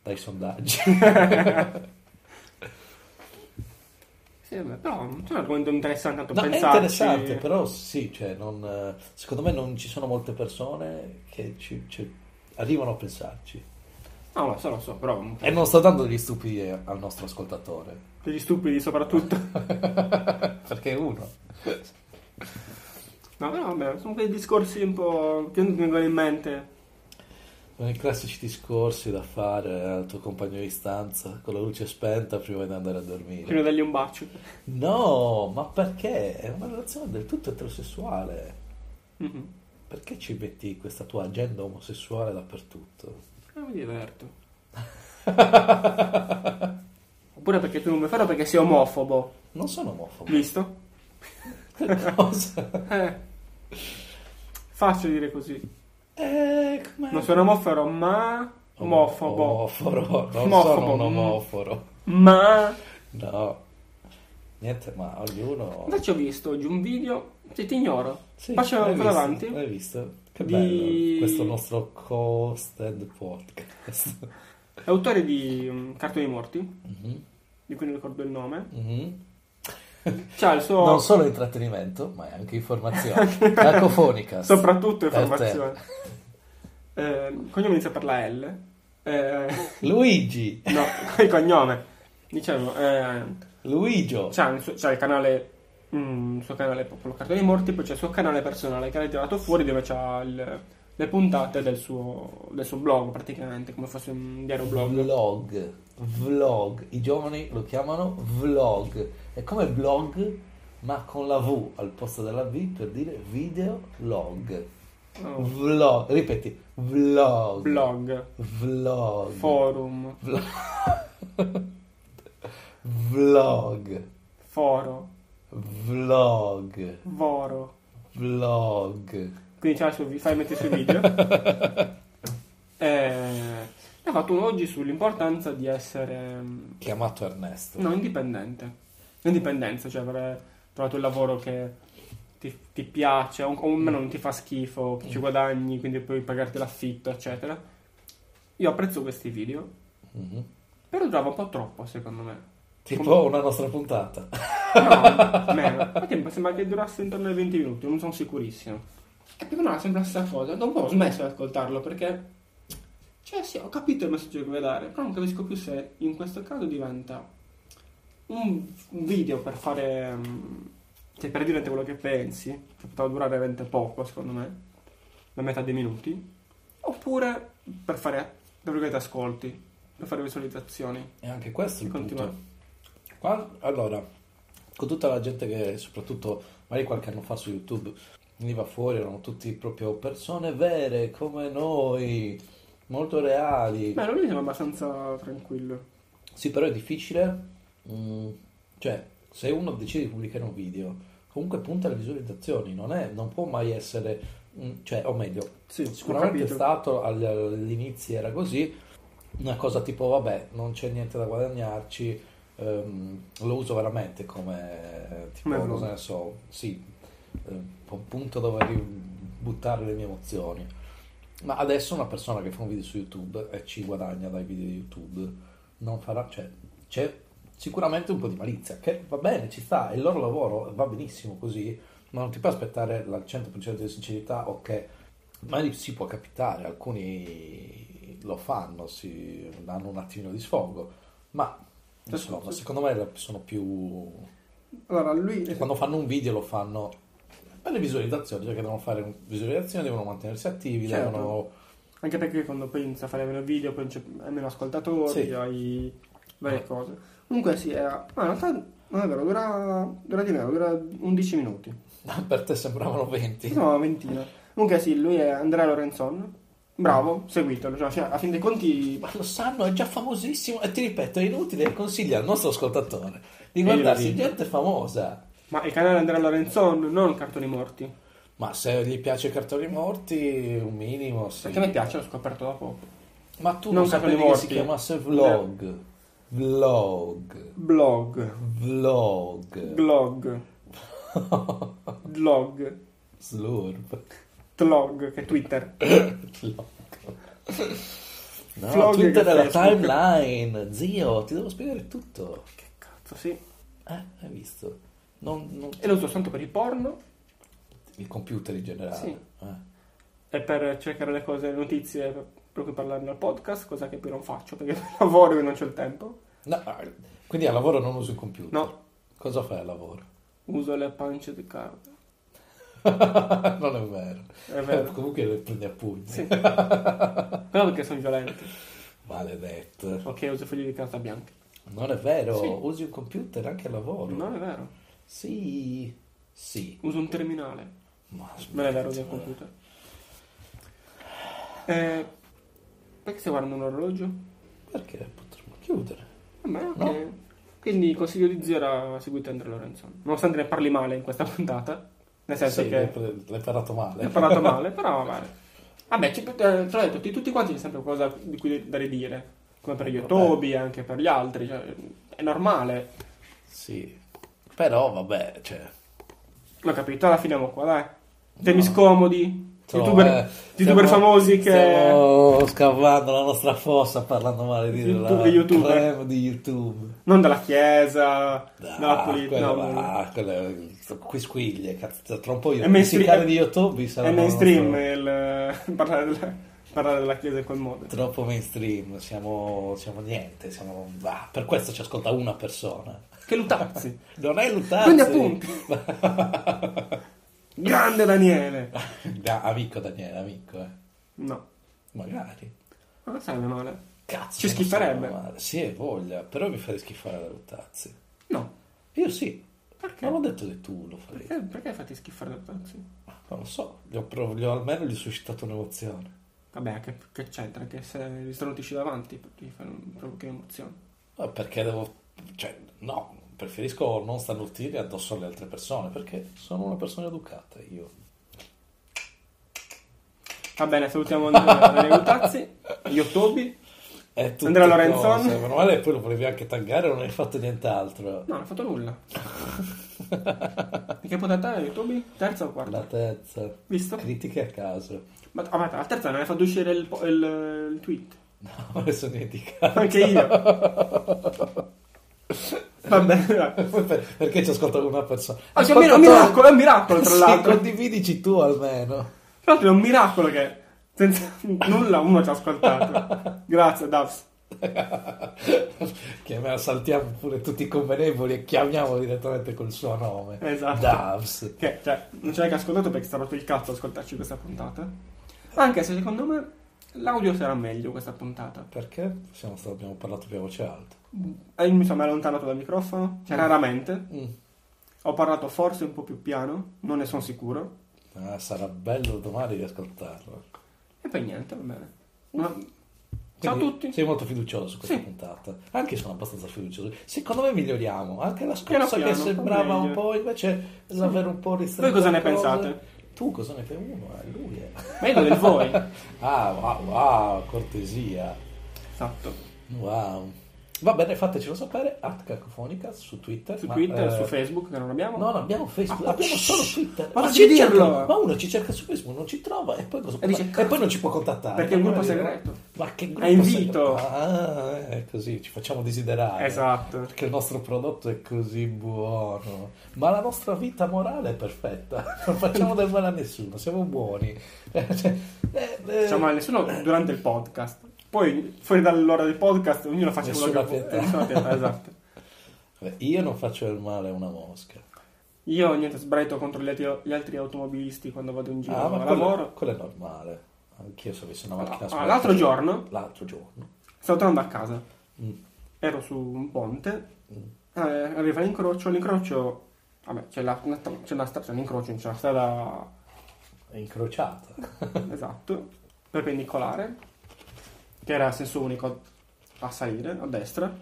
Speaker 2: dai sondaggi.
Speaker 1: Sì, vabbè, però non è un argomento interessante tanto
Speaker 2: No, è
Speaker 1: pensarci.
Speaker 2: interessante, però sì, cioè, non, eh, secondo me non ci sono molte persone che ci, ci- arrivano a pensarci.
Speaker 1: No, lo so, lo so, però
Speaker 2: E non sto dando degli stupidi al nostro ascoltatore,
Speaker 1: per gli stupidi
Speaker 2: *laughs*
Speaker 1: soprattutto.
Speaker 2: perché è uno.
Speaker 1: No, però vabbè, sono quei discorsi un po' che mi vengono in mente.
Speaker 2: Sono i classici discorsi da fare al tuo compagno di stanza con la luce spenta prima di andare a
Speaker 1: Prima
Speaker 2: dormire.
Speaker 1: dagli un bacio.
Speaker 2: No, ma perché? È una relazione del tutto eterosessuale.
Speaker 1: Mhm.
Speaker 2: Perché ci metti questa tua agenda omosessuale dappertutto?
Speaker 1: Eh, voglio diverto. Oppure perché tu non mi farò perché sei omofobo,
Speaker 2: Non sono omofobo.
Speaker 1: visto?
Speaker 2: Cosa?
Speaker 1: *laughs* Eh. Facile dire così.
Speaker 2: Eh, com'è?
Speaker 1: Non sono omofero, ma omofobo.
Speaker 2: Oh. Omoforo. Non
Speaker 1: Omofobo.
Speaker 2: sono un
Speaker 1: Mm.
Speaker 2: omoforo.
Speaker 1: Ma
Speaker 2: No. Niente, ma ognuno...
Speaker 1: invece ho visto oggi un video, se ti ignoro.
Speaker 2: Sì,
Speaker 1: Facciamo
Speaker 2: l'hai
Speaker 1: ancora
Speaker 2: visto?
Speaker 1: avanti.
Speaker 2: L'hai visto? Che
Speaker 1: Di-
Speaker 2: bello questo nostro co-stand podcast.
Speaker 1: L'autore di mm, Cartoni Morti,
Speaker 2: Mhm,
Speaker 1: di cui non ricordo il nome,
Speaker 2: mhm.
Speaker 1: c'ha Cioè, il suo...
Speaker 2: Non solo intrattenimento, ma è
Speaker 1: *laughs*
Speaker 2: anche informazione. Cacofonica.
Speaker 1: Soprattutto
Speaker 2: Per te.
Speaker 1: informazione. Eh, il cognome inizia per la L. Eh,
Speaker 2: Luigi.
Speaker 1: no, *laughs* il cognome. Dicevo, eh,
Speaker 2: Luigio.
Speaker 1: c'ha, il suo- c'ha il canale, mm, il suo canale proprio Cartoni Morti, poi c'è il suo canale personale che l'ha tirato fuori dove c'ha il- le puntate del suo, del suo blog praticamente, come fosse un diario blog.
Speaker 2: Vlog. Vlog. I giovani lo chiamano vlog. È come blog, ma con la V al posto della V per dire videolog. Mm.
Speaker 1: Oh,
Speaker 2: Vlog. Ripeti. Vlog.
Speaker 1: blog,
Speaker 2: Vlog.
Speaker 1: forum,
Speaker 2: Vlog.
Speaker 1: foro,
Speaker 2: Vlog.
Speaker 1: voro.
Speaker 2: Vlog.
Speaker 1: quindi c'ha il suo vi- fai mettere i suoi video Eh, ne ha fatto uno oggi sull'importanza di essere mm,
Speaker 2: Chiamato Ernesto.
Speaker 1: no, indipendente indipendenza, cioè aver trovato il lavoro che ti, ti piace o o almeno non ti fa schifo che ci guadagni, quindi puoi pagarti l'affitto eccetera io apprezzo questi video
Speaker 2: Mhm.
Speaker 1: però durava un po' troppo secondo me
Speaker 2: Tipo una nostra puntata.
Speaker 1: *laughs* No, meno. Infatti mi sembra che durasse intorno ai 20 minuti, non sono sicurissimo. E più o meno era sempre la stessa cosa. Dopo ho smesso di ascoltarlo perché... Cioè sì, ho capito il messaggio che vuoi dare, però non capisco più se in questo caso diventa un un video per fare... mm, Cioè per dire te quello che pensi, che poteva durare veramente poco secondo me, la metà dei minuti, oppure per fare, tra virgolette, ascolti, per fare visualizzazioni.
Speaker 2: E anche questo è il
Speaker 1: Continua.
Speaker 2: punto. Qua- allora, con tutta la gente che soprattutto magari qualche anno fa su YouTube veniva fuori, erano tutti proprio persone vere come noi, molto reali.
Speaker 1: Beh, lui sembra abbastanza tranquillo.
Speaker 2: Sì, però è difficile. mm, cioè, se uno decide di pubblicare un video, comunque punta alle visualizzazioni, non è, non può mai essere, mm, cioè, o meglio,
Speaker 1: Sì, ho
Speaker 2: Sicuramente è
Speaker 1: capito.
Speaker 2: stato agli- all'inizio era così, una cosa tipo vabbè, non c'è niente da guadagnarci, ehm, lo uso veramente come eh, tipo,
Speaker 1: Come vlog.
Speaker 2: cosa ne so, sì, eh, un punto dove ri- buttare le mie emozioni. Ma adesso una persona che fa un video su YouTube e ci guadagna dai video di YouTube, non farà, cioè, c'è sicuramente un po' di malizia, che va bene, ci sta, è il loro lavoro, va benissimo così, ma non ti puoi aspettare la 100% di sincerità o che magari si può capitare, alcuni lo fanno, si, hanno un attimino di sfogo, ma insomma, secondo me sono più...
Speaker 1: Allora, lui è
Speaker 2: quando fanno un video lo fanno per le visualizzazioni, cioè che devono fare visualizzazioni, devono mantenersi attivi,
Speaker 1: Certo.
Speaker 2: devono... *laughs*
Speaker 1: Anche perché quando poi inizia a fare meno video, poi c'è- hai meno ascoltatori,
Speaker 2: Sì. Ah.
Speaker 1: hai varie cose. Comunque sì, era... ma in realtà non è vero, dura, dura di meno, dura 11 minuti.
Speaker 2: Per te sembravano 20.
Speaker 1: No, una ventina. Comunque sì, lui è Andrea Lorenzon. Bravo, seguitelo. Cioè, cioè, a fin dei conti...
Speaker 2: Ma lo sanno, è già famosissimo e ti ripeto, è inutile consiglio al nostro ascoltatore di guardarsi
Speaker 1: dico.
Speaker 2: gente famosa.
Speaker 1: Ma il canale Andrea Lorenzon, non Cartoni Morti.
Speaker 2: Ma se gli piace i cartoni morti, un minimo sì.
Speaker 1: Perché mi piace, l'ho scoperto dopo.
Speaker 2: Ma tu
Speaker 1: Non
Speaker 2: non, sapevi
Speaker 1: cartoni
Speaker 2: che si
Speaker 1: morti.
Speaker 2: chiamasse vlog. Vlog.
Speaker 1: Blog.
Speaker 2: Vlog. *laughs*
Speaker 1: Glog. Glog.
Speaker 2: Slurp.
Speaker 1: Tlog, che è Twitter.
Speaker 2: Vlog. No,
Speaker 1: Vlog
Speaker 2: Twitter
Speaker 1: che
Speaker 2: è la
Speaker 1: Facebook.
Speaker 2: timeline. Zio, ti devo spiegare tutto.
Speaker 1: Che cazzo, sì.
Speaker 2: Eh, hai visto? Non- non-
Speaker 1: E lo uso soltanto per il porno,
Speaker 2: Il computer in generale.
Speaker 1: Sì.
Speaker 2: eh.
Speaker 1: e per cercare le cose, le notizie per- per cui parlarne al podcast, cosa che poi non faccio perché *laughs* lavoro e non c'ho il tempo.
Speaker 2: No, ah, quindi al lavoro non uso il computer.
Speaker 1: No,
Speaker 2: Cosa fai al lavoro? *laughs*
Speaker 1: uso le pance di carta.
Speaker 2: non è vero. Eh,
Speaker 1: È vero.
Speaker 2: Comunque le prendi a pugni. *laughs*
Speaker 1: Sì. Però perché sono violenti.
Speaker 2: Maledetto.
Speaker 1: Ok, uso fogli di carta bianca.
Speaker 2: Non è vero,
Speaker 1: Sì.
Speaker 2: usi il computer anche al lavoro.
Speaker 1: Non è vero.
Speaker 2: Sì, sì.
Speaker 1: Uso un terminale.
Speaker 2: Ma
Speaker 1: Non è vero, uso
Speaker 2: smettila.
Speaker 1: il computer. Eh, Perché stai guardando un orologio?
Speaker 2: Perché potremmo chiudere.
Speaker 1: Vabbè, ok.
Speaker 2: No.
Speaker 1: Quindi il consiglio di zio era seguito Andrea Lorenzon. Nonostante ne parli male in questa *laughs* puntata, nel senso
Speaker 2: Sì,
Speaker 1: che
Speaker 2: l'hai, l'hai parlato male.
Speaker 1: ne ho parlato male, però vabbè. Vabbè, ci, eh, te l'ho detto, tutti, tutti quanti c'è sempre qualcosa di cui da ridire. Come per gli
Speaker 2: Vabbè.
Speaker 1: Otobi, anche per gli altri. cioè, è normale.
Speaker 2: *laughs* Sì. Però vabbè, cioè...
Speaker 1: L'ho capito, alla finiamo qua, dai. Temi
Speaker 2: No.
Speaker 1: scomodi.
Speaker 2: No,
Speaker 1: youtuber
Speaker 2: eh,
Speaker 1: youtuber
Speaker 2: stiamo-
Speaker 1: famosi che...
Speaker 2: Stiamo scavando la nostra fossa parlando male di
Speaker 1: YouTube-
Speaker 2: della
Speaker 1: YouTuber.
Speaker 2: creme di YouTube.
Speaker 1: Non dalla chiesa,
Speaker 2: Dai,
Speaker 1: dalla politica.
Speaker 2: quello
Speaker 1: No, no.
Speaker 2: là, quello- qui squiglie, cazzo, tra un po' io
Speaker 1: È mainstream-
Speaker 2: pizzicare di YouTube
Speaker 1: È
Speaker 2: sarà
Speaker 1: mainstream il, *laughs* parlare, della, parlare della chiesa in quel modo.
Speaker 2: troppo mainstream, siamo, siamo niente, siamo, ah, per questo ci ascolta una persona.
Speaker 1: Che lutazzi.
Speaker 2: Non è Lutazzi.
Speaker 1: Prendi appunti. Grande Daniele.
Speaker 2: *laughs* Da- amico Daniele, amico, eh.
Speaker 1: No,
Speaker 2: Magari.
Speaker 1: ma non sarebbe male.
Speaker 2: Cazzo.
Speaker 1: Ci
Speaker 2: non
Speaker 1: schiferebbe.
Speaker 2: sono male. Sì, hai voglia, però mi farei schifare da Lutazzi.
Speaker 1: No,
Speaker 2: Io sì.
Speaker 1: Perché?
Speaker 2: Non ho detto che tu lo farei.
Speaker 1: perché, perché fatti schifare da lutazzi?
Speaker 2: Non lo so, gli ho, prov- gli ho- almeno gli ho suscitato un'emozione.
Speaker 1: Vabbè, che, che c'entra? Che se li strontisci davanti ti fa un- provochi un'emozione.
Speaker 2: Ma perché devo... Cioè, no, preferisco non starnutire addosso alle altre persone, perché sono una persona educata, io.
Speaker 1: Va bene, salutiamo
Speaker 2: *laughs*
Speaker 1: Andrea Daniele Lutazzi, io Tobi.
Speaker 2: È tutto
Speaker 1: Andrea Lorenzon?
Speaker 2: cose. Meno male che poi lo volevi anche taggare, non hai fatto nient'altro.
Speaker 1: No, non ho fatto nulla. Di che puntata è Tobi? Terza o quarta?
Speaker 2: La terza.
Speaker 1: Visto?
Speaker 2: Critiche a caso.
Speaker 1: Ma ah, ma la terza non hai fatto uscire il, po- il- il tweet.
Speaker 2: No, *laughs* me ne sono dimenticato. *laughs*
Speaker 1: Anche io. Va bene, dai.
Speaker 2: Per- Perché ci ascolta una persona?
Speaker 1: Ah, cioè, è un miracolo, è un miracolo tra
Speaker 2: *laughs* Sì,
Speaker 1: l'altro. Tra
Speaker 2: condividici tu almeno.
Speaker 1: l'altro è un miracolo che senza *laughs* nulla uno ci ha ascoltato. Grazie, Davs.
Speaker 2: Chiamiamo, saltiamo pure tutti i convenevoli e chiamiamo direttamente col suo nome.
Speaker 1: Esatto.
Speaker 2: Davs.
Speaker 1: Che, cioè, non ce l'hai che ascoltato perché sta rotto il cazzo ad ascoltarci questa puntata. Anche se secondo me l'audio sarà meglio questa puntata.
Speaker 2: Perché? Siamo stati- abbiamo parlato più a voce alta.
Speaker 1: Eh, Io mi sono allontanato dal microfono, cioè raramente.
Speaker 2: Mm.
Speaker 1: Ho parlato forse un po' più piano, non ne sono sicuro.
Speaker 2: Ah, sarà bello domani riascoltarlo. ecco.
Speaker 1: E poi niente, va bene. Ma- Ciao a
Speaker 2: Quindi
Speaker 1: tutti.
Speaker 2: Sei molto fiducioso su questa
Speaker 1: Sì.
Speaker 2: puntata. Anche io sono abbastanza fiducioso. Secondo me miglioriamo. Anche la
Speaker 1: Piano
Speaker 2: scorsa che
Speaker 1: piano,
Speaker 2: sembrava
Speaker 1: meglio.
Speaker 2: un po', invece davvero un po' ristretto.
Speaker 1: Voi cosa ne
Speaker 2: qualcosa.
Speaker 1: pensate?
Speaker 2: Tu cosa ne pensi? Uno, eh, lui è.
Speaker 1: Ma io do del voi.
Speaker 2: *laughs* Ah, wow, wow, cortesia.
Speaker 1: Esatto.
Speaker 2: Wow. Va bene, fatecelo sapere. At Cacofonica su Twitter.
Speaker 1: Su
Speaker 2: ma,
Speaker 1: Twitter,
Speaker 2: eh,
Speaker 1: su Facebook, che non abbiamo.
Speaker 2: No, non abbiamo Facebook,
Speaker 1: Ah,
Speaker 2: abbiamo
Speaker 1: shh,
Speaker 2: solo Twitter.
Speaker 1: ma non
Speaker 2: ci
Speaker 1: devi
Speaker 2: cerca-
Speaker 1: dirlo!
Speaker 2: ma uno ci cerca su Facebook, non ci trova e poi, cosa può
Speaker 1: E dice,
Speaker 2: fare?
Speaker 1: cazzo,
Speaker 2: E poi non ci può contattare.
Speaker 1: perché è un gruppo
Speaker 2: Voglio dire,
Speaker 1: segreto.
Speaker 2: Ma che gruppo
Speaker 1: È invito.
Speaker 2: segreto? Ah, è così, ci facciamo desiderare.
Speaker 1: Esatto.
Speaker 2: Perché il nostro prodotto è così buono. Ma la nostra vita morale è perfetta. *laughs* Non facciamo del male a nessuno, siamo buoni. *laughs* Eh, cioè, eh, eh,
Speaker 1: Diciamo a nessuno durante il podcast. Poi fuori dall'ora del podcast ognuno faccia quello
Speaker 2: Nessuna
Speaker 1: che vuole.
Speaker 2: pietà.
Speaker 1: Eh, nessuna pietà, esatto.
Speaker 2: Beh, Io non faccio del male a una mosca.
Speaker 1: Io niente sbraito contro gli altri, gli altri automobilisti quando vado in giro
Speaker 2: Ah, ma
Speaker 1: al
Speaker 2: quello,
Speaker 1: lavoro.
Speaker 2: quello è normale. Anch'io se avessi una macchina
Speaker 1: Ah, l'altro giorno
Speaker 2: L'altro giorno.
Speaker 1: stavo tornando a casa,
Speaker 2: Mm.
Speaker 1: ero su un ponte,
Speaker 2: Mm.
Speaker 1: eh, arriva l'incrocio, l'incrocio, vabbè c'è, la, una, tra- c'è una strada, c'è un incrocio, c'è una strada
Speaker 2: È incrociata.
Speaker 1: *laughs* Esatto, perpendicolare, che era a senso unico a salire, a destra.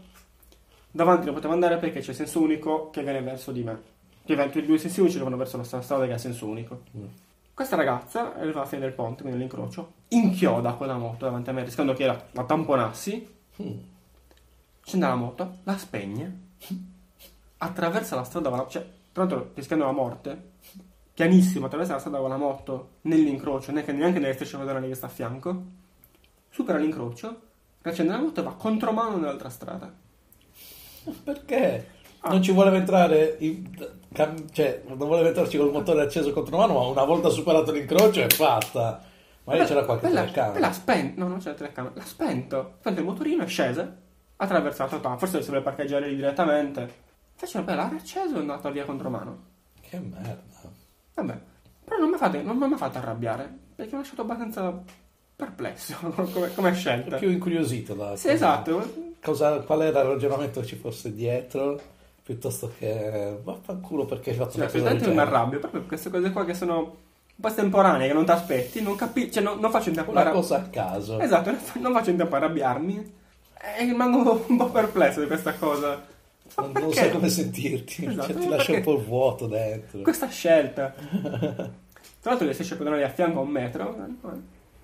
Speaker 1: Davanti non potevo andare perché c'è senso unico che viene verso di me. Che viene- tutti e due i sensi unici che vanno verso la stessa strada che ha senso unico.
Speaker 2: Mm.
Speaker 1: Questa ragazza arriva alla fine del ponte, quindi l'incrocio, inchioda quella moto davanti a me, rischiando che la, la tamponassi,
Speaker 2: Mm.
Speaker 1: scende la moto, la spegne, attraversa la strada, con la- cioè, tra l'altro rischiando la morte, pianissimo, attraversa la strada con la moto nell'incrocio, neanche, neanche nelle strisce pedonali che sta a fianco, supera l'incrocio, riaccende la moto e va contromano nell'altra strada.
Speaker 2: Eh, Perché?
Speaker 1: Ah.
Speaker 2: Non ci voleva entrare, in- cam- cioè, non voleva entrarci col motore acceso contro mano, ma una volta superato l'incrocio è fatta. Magari c'era qualche
Speaker 1: bella,
Speaker 2: telecamera.
Speaker 1: L'ha spento, no, non c'era la telecamera, l'ha spento, spento il motorino è scesa, ha attraversato, ah, forse doveva parcheggiare lì direttamente. Fece una bella, l'ha acceso e è andata via contromano.
Speaker 2: Che merda.
Speaker 1: Vabbè, però non mi ha fatto- non mi ha mai fatto arrabbiare, perché mi ha lasciato abbastanza perplesso *laughs* come, come scelta.
Speaker 2: Più incuriosito da...
Speaker 1: Sì, esatto,
Speaker 2: cosa- qual era il ragionamento che ci fosse dietro, piuttosto che... Vaffanculo perché hai fatto
Speaker 1: Cioè,
Speaker 2: una cosa del
Speaker 1: soltanto mi
Speaker 2: genere.
Speaker 1: arrabbio, proprio queste cose qua che sono po' estemporanea che non ti aspetti, non capisci, cioè non, non faccio in tempo
Speaker 2: Una
Speaker 1: arra-
Speaker 2: cosa a caso.
Speaker 1: Esatto, non fa- non faccio in tempo a arrabbiarmi e rimango un po' perplesso di questa cosa. Ma
Speaker 2: Non, non
Speaker 1: perché
Speaker 2: sai come sentirti,
Speaker 1: Esatto,
Speaker 2: cioè, ti
Speaker 1: ma
Speaker 2: lascia un
Speaker 1: perché-
Speaker 2: po' il vuoto dentro.
Speaker 1: Questa
Speaker 2: *laughs*
Speaker 1: scelta. Tra l'altro che se c'è pedonale a fianco a un metro, eh,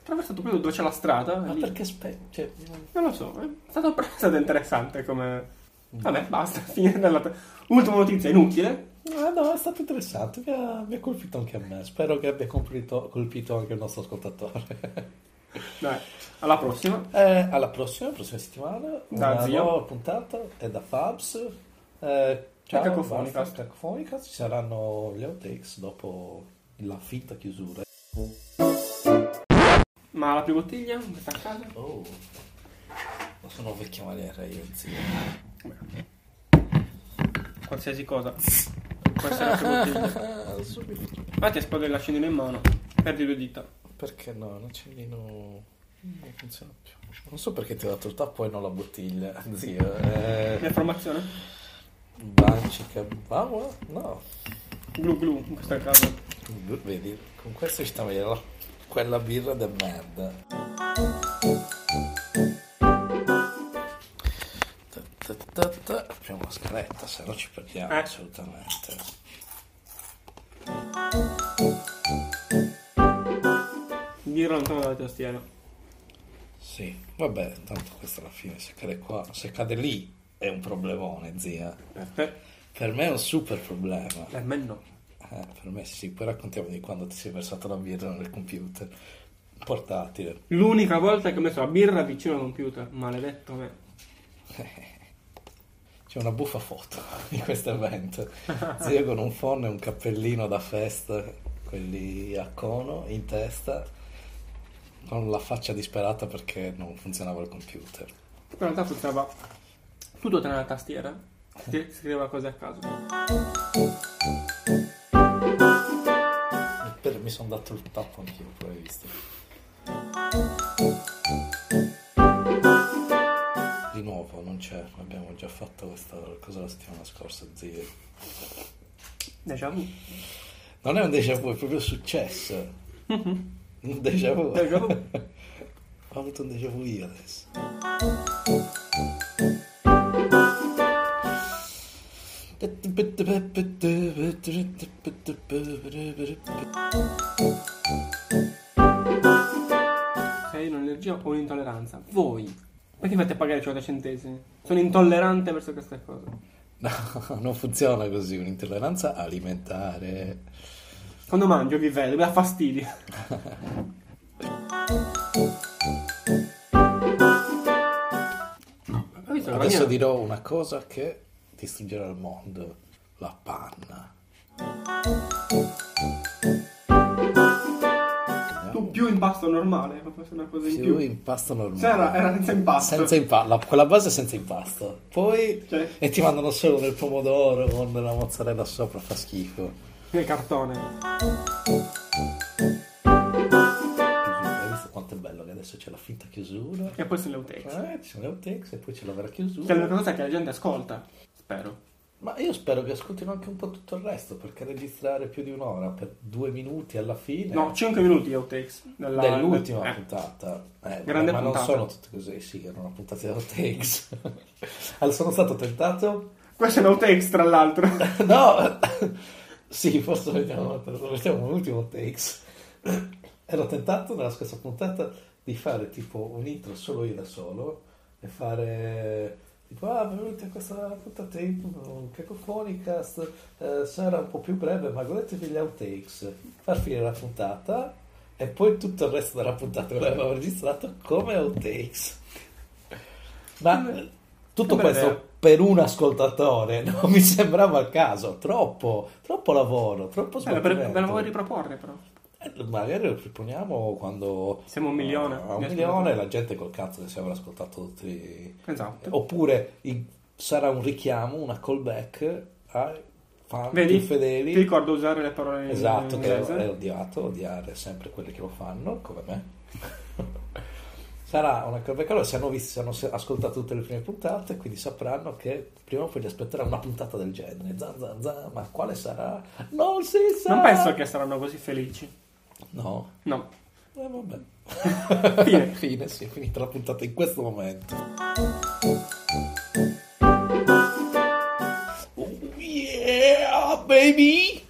Speaker 1: attraversato proprio dove c'è la strada.
Speaker 2: Ma
Speaker 1: lì.
Speaker 2: perché spe- cioè,
Speaker 1: Non lo so, è stato, *laughs* è stato interessante come...
Speaker 2: Mm.
Speaker 1: Vabbè, basta, *laughs* fine della... Ultima notizia inutile.
Speaker 2: Ah, no, è stato interessante, mi ha, mi ha colpito anche a me. Spero che abbia colpito, colpito anche il nostro ascoltatore.
Speaker 1: Dai, alla prossima.
Speaker 2: *laughs* Eh, alla prossima, prossima settimana,
Speaker 1: Da
Speaker 2: una
Speaker 1: zio.
Speaker 2: nuova puntata è da Fabs. Eh, ciao,
Speaker 1: E Cacofonicast.
Speaker 2: basta, Cacofonicast. Ci saranno le outtakes dopo la finta chiusura.
Speaker 1: Ma la prima bottiglia? Questa a casa?
Speaker 2: Oh, ma sono vecchia maniera io, zio.
Speaker 1: Qualsiasi cosa. Può essere la prima bottiglia.
Speaker 2: Ah, subito.
Speaker 1: Ma ti esplode l'accendino in mano. Perdi due dita.
Speaker 2: Perché no, l'accendino non funziona più. Non so perché ti ho dato il tappo e non la bottiglia, zio.
Speaker 1: Mia
Speaker 2: Eh,
Speaker 1: formazione?
Speaker 2: Bancica, wow, no.
Speaker 1: Glu glu, in questo caso.
Speaker 2: Vedi, con questo ci sta meglio la- quella birra del merda. Ta, ta, ta, ta. Apriamo la scaletta, se no ci perdiamo
Speaker 1: Eh.
Speaker 2: assolutamente.
Speaker 1: Dirlo lontano dalla tastiera.
Speaker 2: Sì, vabbè, tanto questa alla fine, se cade qua, se cade lì è un problemone, zia.
Speaker 1: Per,
Speaker 2: Per me è un super problema.
Speaker 1: per me no.
Speaker 2: Eh, per me sì, poi raccontiamo di quando ti sei versato la birra nel computer portatile.
Speaker 1: L'unica volta che ho messo la birra vicino al computer. Maledetto me.
Speaker 2: C'è una buffa foto *laughs* di questo evento. Zio con un phon e un cappellino da festa, quelli a cono in testa, con la faccia disperata perché non funzionava il computer.
Speaker 1: In realtà funzionava tutto tranne la tastiera. Si scriveva cose a caso.
Speaker 2: Per- mi sono dato il tappo anch'io, poi hai visto. Di nuovo, non c'è, abbiamo già fatto questa cosa la settimana scorsa, zio.
Speaker 1: Déjà vu.
Speaker 2: Non è un déjà vu, è proprio successo. Un déjà vu.
Speaker 1: Déjà vu.
Speaker 2: Ho avuto un déjà vu io adesso.
Speaker 1: Se io ho un'allergia o un'intolleranza, voi perché fate pagare 50 centesimi? Sono intollerante verso queste cose.
Speaker 2: No, *laughs* non funziona così, un'intolleranza alimentare.
Speaker 1: Quando mangio vi vedo, mi dà fastidio. Hai visto la
Speaker 2: Adesso
Speaker 1: bandiera?
Speaker 2: dirò una cosa che distruggerà il mondo, la panna.
Speaker 1: Tu più impasto normale, proprio se una cosa in
Speaker 2: Più
Speaker 1: più.
Speaker 2: impasto normale.
Speaker 1: Cioè era, era senza impasto.
Speaker 2: Senza impasto, la- quella base senza impasto. Poi
Speaker 1: Cioè-
Speaker 2: e ti mandano solo del pomodoro con la mozzarella sopra, fa schifo.
Speaker 1: Nel cartone.
Speaker 2: Hai visto quanto è bello che adesso c'è la finta chiusura?
Speaker 1: E poi sono le outtakes.
Speaker 2: Eh, ci sono le outtakes e poi c'è la vera
Speaker 1: Che è
Speaker 2: chiusura.
Speaker 1: l'unica cosa che la gente ascolta. Spero.
Speaker 2: Ma io spero che ascoltino anche un po' tutto il resto, perché registrare più di un'ora per due minuti alla fine
Speaker 1: No, 5 minuti di outtakes. Della,
Speaker 2: dell'ultima
Speaker 1: eh.
Speaker 2: puntata. Eh,
Speaker 1: Grande
Speaker 2: ma non
Speaker 1: puntata.
Speaker 2: sono tutte così, sì, erano puntate da outtakes. *laughs* allora, sono stato tentato *laughs*
Speaker 1: Questo è un outtakes tra l'altro.
Speaker 2: No, *laughs* sì, forse mettiamo, mettiamo un ultimo takes. Ero tentato nella scorsa puntata di fare tipo un intro solo io da solo e fare tipo ah benvenuti a questa puntata di Cacofonicast eh, sarà un po' più breve ma godetevi gli outtakes far finire la puntata e poi tutto il resto della puntata che l'avevo registrato come outtakes ma eh, tutto
Speaker 1: Che bella idea.
Speaker 2: questo per un ascoltatore *laughs* non mi sembrava il caso troppo troppo lavoro troppo
Speaker 1: Eh, per, per la
Speaker 2: sbattimento.
Speaker 1: vuoi riproporre però.
Speaker 2: Eh, Magari lo riponiamo quando
Speaker 1: Siamo un milione.
Speaker 2: a un
Speaker 1: Di
Speaker 2: milione la gente col cazzo che si avrà ascoltato tutti.
Speaker 1: Esatto.
Speaker 2: Oh, Oppure i- sarà un richiamo, una callback ai fan
Speaker 1: Vedi?
Speaker 2: più fedeli.
Speaker 1: Ti ricordo usare le parole in
Speaker 2: Esatto, che
Speaker 1: inglese?
Speaker 2: è odiato, odiare sempre quelli che lo fanno, come me. *laughs* Sarà una callback. Allora, se hanno, visto, se hanno se- ascoltato tutte le prime puntate, quindi sapranno che prima o poi li aspetterà una puntata del genere. Zan, zan, zan, ma quale sarà? Non si sa!
Speaker 1: Non penso che saranno così felici.
Speaker 2: No.
Speaker 1: No.
Speaker 2: Eh, vabbè.
Speaker 1: Fine.
Speaker 2: *laughs* Fine, sì, è finita la puntata in questo momento. Oh, yeah, baby!